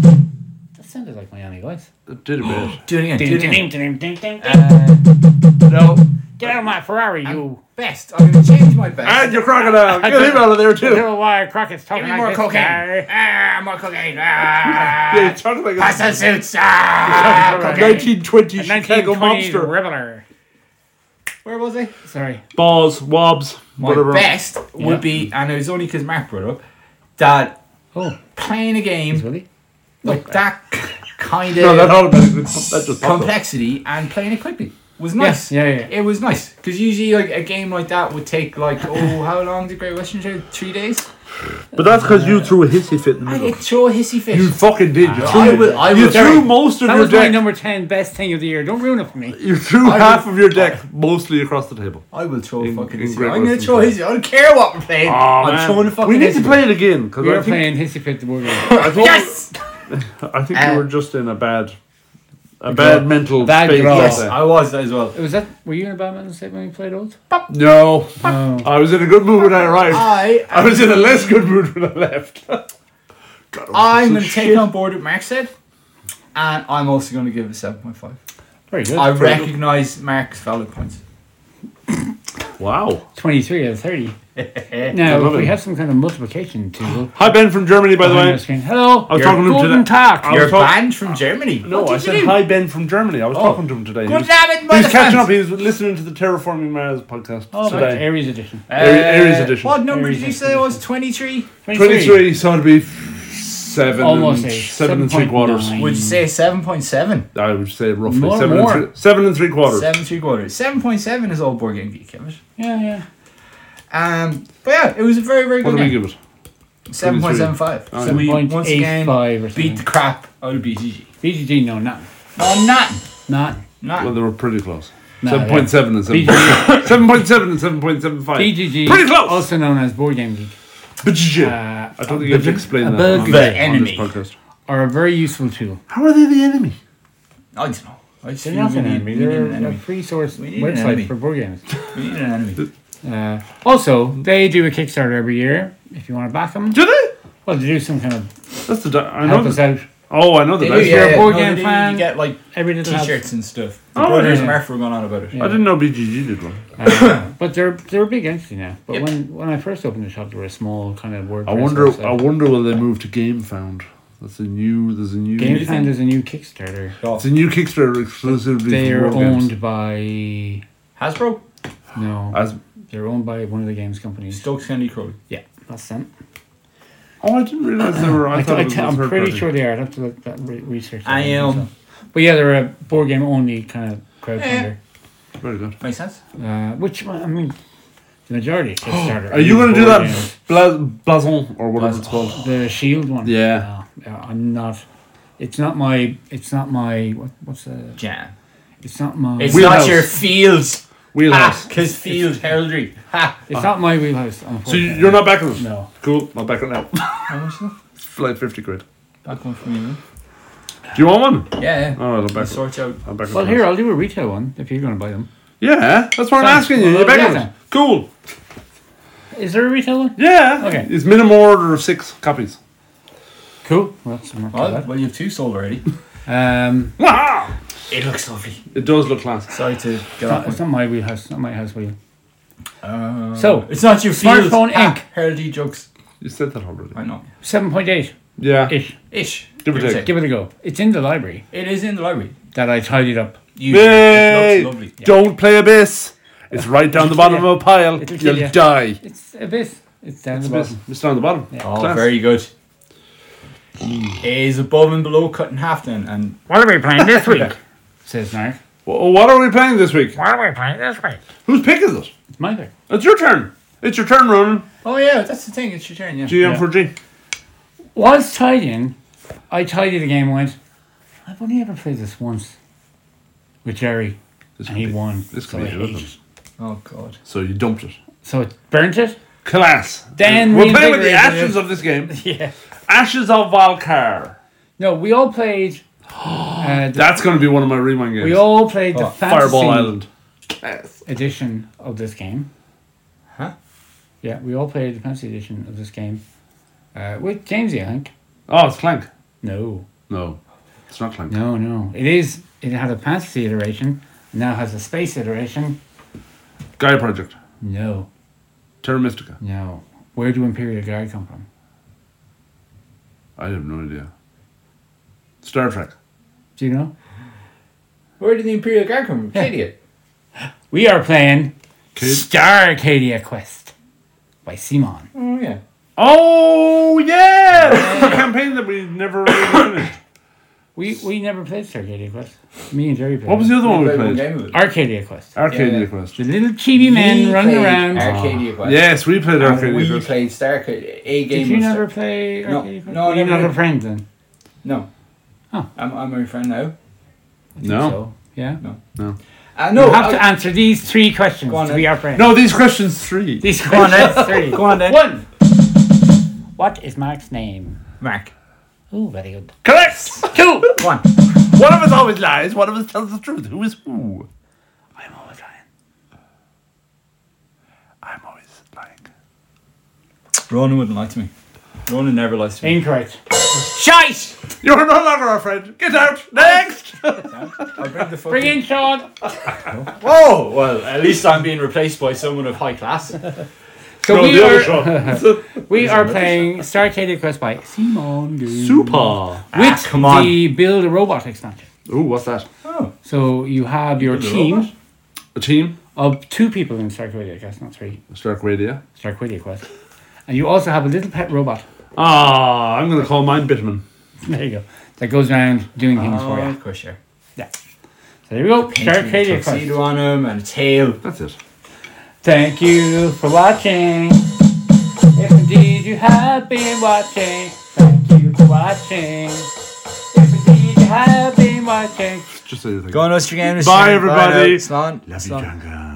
[SPEAKER 3] That sounded like Miami Vice.
[SPEAKER 2] It did a bit.
[SPEAKER 4] Do it again. Do
[SPEAKER 3] Ding,
[SPEAKER 4] it
[SPEAKER 3] ding,
[SPEAKER 4] again.
[SPEAKER 3] ding, ding, ding, ding, ding.
[SPEAKER 4] Uh,
[SPEAKER 2] No.
[SPEAKER 3] Get out of my Ferrari, you.
[SPEAKER 4] best. I'm gonna change my best.
[SPEAKER 2] (gasps) And your crocodile. Get him out of there too.
[SPEAKER 3] Little wire Crockett's talking
[SPEAKER 4] Give me
[SPEAKER 3] like
[SPEAKER 4] more
[SPEAKER 3] this
[SPEAKER 4] cocaine.
[SPEAKER 3] guy.
[SPEAKER 4] Ah, more cocaine. Ah,
[SPEAKER 2] Yeah, he's talking like a
[SPEAKER 4] pasta suits. Ah,
[SPEAKER 3] Cocaine.
[SPEAKER 4] cocaine.
[SPEAKER 2] 1920 Chicago
[SPEAKER 3] 1920s
[SPEAKER 2] monster.
[SPEAKER 3] reveler.
[SPEAKER 4] Where was I?
[SPEAKER 3] Sorry.
[SPEAKER 2] Balls, wobs,
[SPEAKER 4] My
[SPEAKER 2] whatever.
[SPEAKER 4] best
[SPEAKER 3] Yeah.
[SPEAKER 4] would be, and it was only because Mark brought it up that
[SPEAKER 3] Oh,
[SPEAKER 4] playing a game
[SPEAKER 3] really?
[SPEAKER 4] with that kind
[SPEAKER 2] No, that
[SPEAKER 4] of
[SPEAKER 2] automatically that just popped up.
[SPEAKER 4] complexity and playing it quickly was nice.
[SPEAKER 3] Yeah, yeah, yeah.
[SPEAKER 4] It was nice because usually like a game like that would take like oh how long did Great Western Trail? Three days.
[SPEAKER 2] But that's because you threw a hissy fit in the
[SPEAKER 4] I
[SPEAKER 2] middle.
[SPEAKER 4] did throw a hissy fit.
[SPEAKER 2] You fucking did. You
[SPEAKER 4] I
[SPEAKER 2] threw,
[SPEAKER 4] will- I
[SPEAKER 2] you
[SPEAKER 4] will-
[SPEAKER 2] threw most of
[SPEAKER 3] That
[SPEAKER 2] your
[SPEAKER 3] was my
[SPEAKER 2] deck.
[SPEAKER 3] number 10 best thing of the year. Don't ruin it for me.
[SPEAKER 2] you threw
[SPEAKER 4] I
[SPEAKER 2] half
[SPEAKER 4] will-
[SPEAKER 2] of your
[SPEAKER 3] Oh.
[SPEAKER 2] deck mostly across the table.
[SPEAKER 4] I will throw
[SPEAKER 2] In-
[SPEAKER 4] a fucking
[SPEAKER 2] in
[SPEAKER 4] hissy.
[SPEAKER 2] Great
[SPEAKER 4] I'm gonna
[SPEAKER 2] Western Ah,
[SPEAKER 4] throw a hissy.
[SPEAKER 2] Trail.
[SPEAKER 4] I don't care what we're playing. I'm throwing a fucking.
[SPEAKER 2] we need
[SPEAKER 4] hissy
[SPEAKER 2] to
[SPEAKER 4] fit.
[SPEAKER 2] play it again because
[SPEAKER 3] We
[SPEAKER 2] I
[SPEAKER 3] were
[SPEAKER 2] think,
[SPEAKER 3] playing Hissy Fit the Board Game.
[SPEAKER 4] (laughs)
[SPEAKER 2] I think,
[SPEAKER 4] Yes.
[SPEAKER 2] I think
[SPEAKER 4] Uh,
[SPEAKER 2] you were just in a bad, a bad mental
[SPEAKER 3] bad
[SPEAKER 2] space.
[SPEAKER 3] draw.
[SPEAKER 2] Yes.
[SPEAKER 3] Yes.
[SPEAKER 4] I was as well.
[SPEAKER 3] Was that, were you in a Batman state when you played old?
[SPEAKER 2] No,
[SPEAKER 3] No.
[SPEAKER 4] Ah,
[SPEAKER 2] I was in a good mood when I arrived.
[SPEAKER 4] I
[SPEAKER 2] (laughs) I was in a less good mood when I left. God,
[SPEAKER 4] I'm going
[SPEAKER 2] this
[SPEAKER 4] to
[SPEAKER 2] is
[SPEAKER 4] take
[SPEAKER 2] shit.
[SPEAKER 4] on board what Mark said, and I'm also going to give it a 7.5.
[SPEAKER 3] Very good.
[SPEAKER 4] I recognise Mark's valid points.
[SPEAKER 2] Wow.
[SPEAKER 3] 23 out
[SPEAKER 4] (laughs)
[SPEAKER 3] of 30.
[SPEAKER 2] I
[SPEAKER 3] now,
[SPEAKER 2] love
[SPEAKER 3] if we
[SPEAKER 2] it.
[SPEAKER 3] have some kind of multiplication tool.
[SPEAKER 2] Hi Ben from Germany, by the
[SPEAKER 3] behind
[SPEAKER 2] way.
[SPEAKER 3] the screen. Hello.
[SPEAKER 2] I was talking to him
[SPEAKER 3] Guten
[SPEAKER 2] today.
[SPEAKER 3] Tag.
[SPEAKER 2] I was
[SPEAKER 4] You're
[SPEAKER 2] talk-
[SPEAKER 4] banned from Germany.
[SPEAKER 2] No, I said hi Ben from Germany. I was talking to him today. he
[SPEAKER 4] Good
[SPEAKER 2] was,
[SPEAKER 4] lad,
[SPEAKER 2] he was catching up. He was listening to the Terraforming Mars podcast
[SPEAKER 3] Oh, that's
[SPEAKER 2] today.
[SPEAKER 3] Aries edition.
[SPEAKER 2] Aries- Aries edition.
[SPEAKER 4] Uh, What number
[SPEAKER 3] Aries
[SPEAKER 4] did you say it was? 23?
[SPEAKER 2] 23, so it'd be seven,
[SPEAKER 3] Almost
[SPEAKER 2] and,
[SPEAKER 3] eight.
[SPEAKER 2] seven and three quarters.
[SPEAKER 3] 7.9.
[SPEAKER 4] Would you say 7.7?
[SPEAKER 2] I would say roughly
[SPEAKER 3] More-
[SPEAKER 2] seven,
[SPEAKER 3] more.
[SPEAKER 2] And three, seven and three quarters.
[SPEAKER 4] 7 3 quarters. 7.7 is all Board Game Geek, isn't it?
[SPEAKER 3] Yeah, yeah.
[SPEAKER 4] Um, but yeah, it was a very, very
[SPEAKER 2] What
[SPEAKER 4] good
[SPEAKER 2] do we
[SPEAKER 4] game.
[SPEAKER 2] give it?
[SPEAKER 4] 7.75. So we, once again,
[SPEAKER 3] 7.85 or
[SPEAKER 4] beat the
[SPEAKER 3] something.
[SPEAKER 4] crap out of BGG.
[SPEAKER 3] BGG, no, not.
[SPEAKER 4] No, nothing.
[SPEAKER 3] Not.
[SPEAKER 4] Not.
[SPEAKER 2] Well, they were pretty close.
[SPEAKER 3] Nah,
[SPEAKER 2] Seven point seven and seven. Seven point seven and seven point seven five.
[SPEAKER 3] BGG,
[SPEAKER 2] Pretty close.
[SPEAKER 3] also known as Board Game Geek,
[SPEAKER 2] BGG.
[SPEAKER 3] uh,
[SPEAKER 2] I don't think you have to
[SPEAKER 3] a
[SPEAKER 2] explain that.
[SPEAKER 3] bug-
[SPEAKER 2] on-
[SPEAKER 4] The
[SPEAKER 2] on this
[SPEAKER 4] enemy.
[SPEAKER 2] podcast.
[SPEAKER 3] are a very useful tool.
[SPEAKER 2] How are they the enemy?
[SPEAKER 4] I don't know. I just
[SPEAKER 3] They're
[SPEAKER 4] feel
[SPEAKER 3] not
[SPEAKER 4] we
[SPEAKER 3] an
[SPEAKER 4] need,
[SPEAKER 3] enemy.
[SPEAKER 4] we need
[SPEAKER 3] They're
[SPEAKER 4] an
[SPEAKER 3] a
[SPEAKER 4] enemy.
[SPEAKER 3] free source
[SPEAKER 4] We need an enemy.
[SPEAKER 3] website for board games.
[SPEAKER 4] We need an enemy.
[SPEAKER 3] Uh, also, they do a Kickstarter every year. If you want to back them,
[SPEAKER 2] Do they?
[SPEAKER 3] well, they do some kind of
[SPEAKER 2] That's the. Di- I know.
[SPEAKER 3] help us
[SPEAKER 2] the-
[SPEAKER 3] out.
[SPEAKER 2] oh, I know the.
[SPEAKER 4] They do,
[SPEAKER 2] dice.
[SPEAKER 4] yeah.
[SPEAKER 3] a board
[SPEAKER 4] no,
[SPEAKER 3] game
[SPEAKER 4] they do.
[SPEAKER 3] fan.
[SPEAKER 4] You get like
[SPEAKER 3] Every little helps.
[SPEAKER 4] t-shirts and stuff. The
[SPEAKER 2] Oh,
[SPEAKER 4] brothers
[SPEAKER 3] yeah.
[SPEAKER 4] Murph were going on about it.
[SPEAKER 2] I didn't know BGG did one.
[SPEAKER 3] Uh, But they're they're a big entity now. But
[SPEAKER 4] Yep.
[SPEAKER 3] when when I first opened the shop, they were a small kind of WordPress.
[SPEAKER 2] I wonder.
[SPEAKER 3] website.
[SPEAKER 2] I wonder will they move to GameFound? That's a new. There's a new.
[SPEAKER 3] Game Fan is a new Kickstarter.
[SPEAKER 2] It's a new Kickstarter exclusively
[SPEAKER 3] They
[SPEAKER 2] for
[SPEAKER 3] are
[SPEAKER 2] board games.
[SPEAKER 3] owned by
[SPEAKER 4] Hasbro,
[SPEAKER 3] no,
[SPEAKER 2] As,
[SPEAKER 3] they're owned by one of the games companies.
[SPEAKER 4] Stokes County Crowley.
[SPEAKER 3] yeah, that's them.
[SPEAKER 2] oh, I didn't realize they were. I,
[SPEAKER 3] I
[SPEAKER 2] thought it was a
[SPEAKER 3] am
[SPEAKER 2] third
[SPEAKER 3] pretty
[SPEAKER 2] party.
[SPEAKER 3] sure they are. I'd have to look that re- research. that
[SPEAKER 4] I am.
[SPEAKER 3] myself. But yeah, they're a board game only kind of
[SPEAKER 4] Eh.
[SPEAKER 3] crowdfunder.
[SPEAKER 2] Very good.
[SPEAKER 4] Makes sense.
[SPEAKER 3] Uh, which I mean, the majority
[SPEAKER 2] (gasps)
[SPEAKER 3] of Kickstarter.
[SPEAKER 2] Are you going to do
[SPEAKER 3] board
[SPEAKER 2] that
[SPEAKER 3] games.
[SPEAKER 2] bla- blazon or whatever it's called?
[SPEAKER 3] The Shield one.
[SPEAKER 2] Yeah.
[SPEAKER 3] No, no, I'm not. It's not my. It's not my. What, what's the?
[SPEAKER 4] Jam.
[SPEAKER 3] It's not my.
[SPEAKER 4] It's
[SPEAKER 3] it's
[SPEAKER 2] Wheelhouse.
[SPEAKER 4] not your fields.
[SPEAKER 2] Wheelhouse.
[SPEAKER 4] Because field heraldry. Ha.
[SPEAKER 3] not my wheelhouse.
[SPEAKER 2] So you-
[SPEAKER 3] unfortunately.
[SPEAKER 2] you're not backing it?
[SPEAKER 3] Ah. No.
[SPEAKER 2] Cool, not backing it now. (laughs)
[SPEAKER 4] How much is that?
[SPEAKER 2] It's like 50 quid.
[SPEAKER 4] That one from you.
[SPEAKER 2] Do you want
[SPEAKER 4] Yeah,
[SPEAKER 2] one?
[SPEAKER 4] yeah.
[SPEAKER 2] All right, I'll
[SPEAKER 4] We'll
[SPEAKER 2] back it.
[SPEAKER 4] sort out.
[SPEAKER 2] I'll back it.
[SPEAKER 3] Well, here uh, I'll do a retail one if you're going to buy them.
[SPEAKER 2] Yeah, that's what I'm
[SPEAKER 3] Thanks.
[SPEAKER 2] asking you.
[SPEAKER 3] Well,
[SPEAKER 2] You're backing
[SPEAKER 3] yeah,
[SPEAKER 2] it.
[SPEAKER 3] then.
[SPEAKER 2] Cool.
[SPEAKER 3] Is there a retail one?
[SPEAKER 2] Yeah.
[SPEAKER 3] Okay.
[SPEAKER 2] It's minimum order of six copies.
[SPEAKER 3] Cool. Well, that's not
[SPEAKER 4] Well,
[SPEAKER 3] bad.
[SPEAKER 4] well, you have two sold already.
[SPEAKER 3] Um,
[SPEAKER 2] Wow.
[SPEAKER 4] It looks lovely.
[SPEAKER 2] It does look class.
[SPEAKER 4] Sorry to get
[SPEAKER 3] not-
[SPEAKER 4] off.
[SPEAKER 3] it's
[SPEAKER 4] my-
[SPEAKER 3] not my wheelhouse. It's not my house wheel.
[SPEAKER 4] Uh,
[SPEAKER 3] So,
[SPEAKER 4] it's not your field.
[SPEAKER 3] Smartphone
[SPEAKER 4] Ha.
[SPEAKER 3] Inc.
[SPEAKER 4] Heraldry jokes.
[SPEAKER 2] You said that already.
[SPEAKER 4] I know.
[SPEAKER 3] Seven point eight
[SPEAKER 2] Yeah.
[SPEAKER 3] ish.
[SPEAKER 4] Ish.
[SPEAKER 2] Give or
[SPEAKER 4] Give or
[SPEAKER 2] take.
[SPEAKER 3] Give it a go. It's in the library
[SPEAKER 4] It is in the library.
[SPEAKER 3] that I tidied up.
[SPEAKER 4] You
[SPEAKER 2] Yay!
[SPEAKER 4] It looks lovely. Yeah.
[SPEAKER 2] Don't play Abyss. It's right down the bottom
[SPEAKER 3] ya.
[SPEAKER 2] of a pile.
[SPEAKER 3] It'll kill
[SPEAKER 2] You'll
[SPEAKER 3] ya.
[SPEAKER 2] die.
[SPEAKER 3] It's a bit. It's down
[SPEAKER 2] It's
[SPEAKER 3] the bottom.
[SPEAKER 2] Abyss. It's down the bottom.
[SPEAKER 4] Oh,
[SPEAKER 2] Class.
[SPEAKER 4] very good. Is above and below cut in half then, and
[SPEAKER 3] What are we playing this week? (laughs) Says Nark.
[SPEAKER 2] Wh- What are we playing this week?
[SPEAKER 3] What are we playing this week?
[SPEAKER 2] Whose pick is it?
[SPEAKER 3] It's my pick.
[SPEAKER 2] It's your turn. It's your turn, Ronan.
[SPEAKER 4] oh yeah, that's the thing. It's your turn. Yeah.
[SPEAKER 2] GM4G.
[SPEAKER 3] Was tidying. I tidied the game. and Went. I've only ever played this once. With Jerry,
[SPEAKER 2] This could
[SPEAKER 3] and he
[SPEAKER 2] be-
[SPEAKER 3] won.
[SPEAKER 2] This
[SPEAKER 3] so,
[SPEAKER 2] could
[SPEAKER 3] I
[SPEAKER 2] be good,
[SPEAKER 3] hate
[SPEAKER 2] isn't
[SPEAKER 3] it.
[SPEAKER 2] it?
[SPEAKER 4] Oh god.
[SPEAKER 2] So you dumped it.
[SPEAKER 3] so it burnt it.
[SPEAKER 2] Class.
[SPEAKER 3] Then
[SPEAKER 2] we're
[SPEAKER 3] we
[SPEAKER 2] playing with the
[SPEAKER 3] invigorated
[SPEAKER 2] ashes of this game.
[SPEAKER 3] (laughs) Yeah.
[SPEAKER 2] Ashes of Valkar.
[SPEAKER 3] No, we all played. (gasps) Uh, the-
[SPEAKER 2] That's going to be one of my remind games.
[SPEAKER 3] we all played the
[SPEAKER 4] Oh,
[SPEAKER 3] fantasy
[SPEAKER 2] Fireball Island.
[SPEAKER 3] edition of this game.
[SPEAKER 4] Huh?
[SPEAKER 3] Yeah, we all played the fantasy edition of this game. Uh, with Jamesy, I think.
[SPEAKER 2] Oh, it's Clank.
[SPEAKER 3] No,
[SPEAKER 2] No, it's not Clank.
[SPEAKER 3] no, no. It is. It had a fantasy iteration. Now has a space iteration.
[SPEAKER 2] Gaia Project.
[SPEAKER 3] No,
[SPEAKER 2] Terra Mystica.
[SPEAKER 3] no. Where do Imperial Guard come from?
[SPEAKER 2] I have no idea. Star Trek.
[SPEAKER 3] Do you know?
[SPEAKER 4] Where did the Imperial Guard come from? Idiot.
[SPEAKER 3] We are playing
[SPEAKER 2] Kid.
[SPEAKER 3] Star Arcadia Quest by Simon.
[SPEAKER 4] Oh yeah.
[SPEAKER 2] Oh, yeah! That's the campaign that we never really finished.
[SPEAKER 3] We we never played Star Arcadia Quest. Me and Jerry played.
[SPEAKER 2] What was the other one we
[SPEAKER 4] Played one
[SPEAKER 2] played?
[SPEAKER 4] game of it.
[SPEAKER 3] Arcadia Quest?
[SPEAKER 2] Arcadia
[SPEAKER 4] Yeah, yeah.
[SPEAKER 2] Quest.
[SPEAKER 3] The little chibi men
[SPEAKER 4] We
[SPEAKER 3] running
[SPEAKER 4] played
[SPEAKER 3] around.
[SPEAKER 4] Arcadia Quest.
[SPEAKER 2] Yes, we played
[SPEAKER 4] And
[SPEAKER 2] Arcadia
[SPEAKER 4] we
[SPEAKER 2] Quest.
[SPEAKER 4] played Star Arcadia. A game.
[SPEAKER 3] Did you
[SPEAKER 4] of
[SPEAKER 3] never
[SPEAKER 4] Star-
[SPEAKER 3] play
[SPEAKER 4] No,
[SPEAKER 3] Arcadia Quest?
[SPEAKER 4] no, I
[SPEAKER 3] Were you
[SPEAKER 4] never
[SPEAKER 3] not a
[SPEAKER 4] did.
[SPEAKER 3] friend then.
[SPEAKER 4] No.
[SPEAKER 3] Oh.
[SPEAKER 4] I'm I'm your friend now.
[SPEAKER 2] No.
[SPEAKER 3] So, yeah.
[SPEAKER 4] Uh,
[SPEAKER 3] You
[SPEAKER 4] no.
[SPEAKER 3] have
[SPEAKER 4] I-
[SPEAKER 3] to answer these three questions
[SPEAKER 4] Go on
[SPEAKER 3] to
[SPEAKER 4] then.
[SPEAKER 3] be our friend.
[SPEAKER 2] No, these questions three.
[SPEAKER 3] These questions three.
[SPEAKER 4] Go on then.
[SPEAKER 3] One. What is Mark's name?
[SPEAKER 4] Mark.
[SPEAKER 3] Oh, very good.
[SPEAKER 2] Correct!
[SPEAKER 3] Two.
[SPEAKER 4] One.
[SPEAKER 2] One of us always lies, one of us tells the truth. Who is who?
[SPEAKER 3] I'm always lying.
[SPEAKER 2] I'm always lying.
[SPEAKER 4] Ronan wouldn't lie to me. No one never lies to me.
[SPEAKER 3] Incorrect. Shite!
[SPEAKER 2] You're no longer our friend. Get out. (laughs) Next.
[SPEAKER 4] I'll bring the fucking.
[SPEAKER 3] Bring in Sean.
[SPEAKER 4] Oh well, at least I'm being replaced by someone of high
[SPEAKER 2] (laughs)
[SPEAKER 4] class.
[SPEAKER 2] Oh.
[SPEAKER 3] So
[SPEAKER 2] No,
[SPEAKER 3] we
[SPEAKER 2] the other
[SPEAKER 3] are,
[SPEAKER 2] shot.
[SPEAKER 3] we are playing Starcade Quest by Simon
[SPEAKER 2] (laughs)
[SPEAKER 3] Goon
[SPEAKER 2] Super.
[SPEAKER 4] Ah,
[SPEAKER 3] with
[SPEAKER 4] come on.
[SPEAKER 3] the Build a Robot expansion.
[SPEAKER 2] Ooh, what's that?
[SPEAKER 3] So you have your
[SPEAKER 2] Build a
[SPEAKER 3] team
[SPEAKER 2] Robot? A team.
[SPEAKER 3] of two people in Starcadia Quest, not three.
[SPEAKER 2] Stark Radio.
[SPEAKER 3] Starcadia Quest. And you also have a little pet robot.
[SPEAKER 2] Ah, I'm gonna call mine Bitman.
[SPEAKER 3] (laughs) There you go. That goes around doing things for you.
[SPEAKER 4] of course, sure.
[SPEAKER 3] So there we go.
[SPEAKER 4] Painting a
[SPEAKER 3] Starcadia Quest.
[SPEAKER 4] tuxedo on him and a tail.
[SPEAKER 2] That's it.
[SPEAKER 3] Thank you for watching. If indeed you have been watching, thank you for watching. If indeed you have been watching,
[SPEAKER 2] Just say the thing.
[SPEAKER 4] Go on, Ostergames.
[SPEAKER 2] Bye, everybody.
[SPEAKER 4] Slan.
[SPEAKER 2] Love you,
[SPEAKER 4] Slan.
[SPEAKER 2] Django.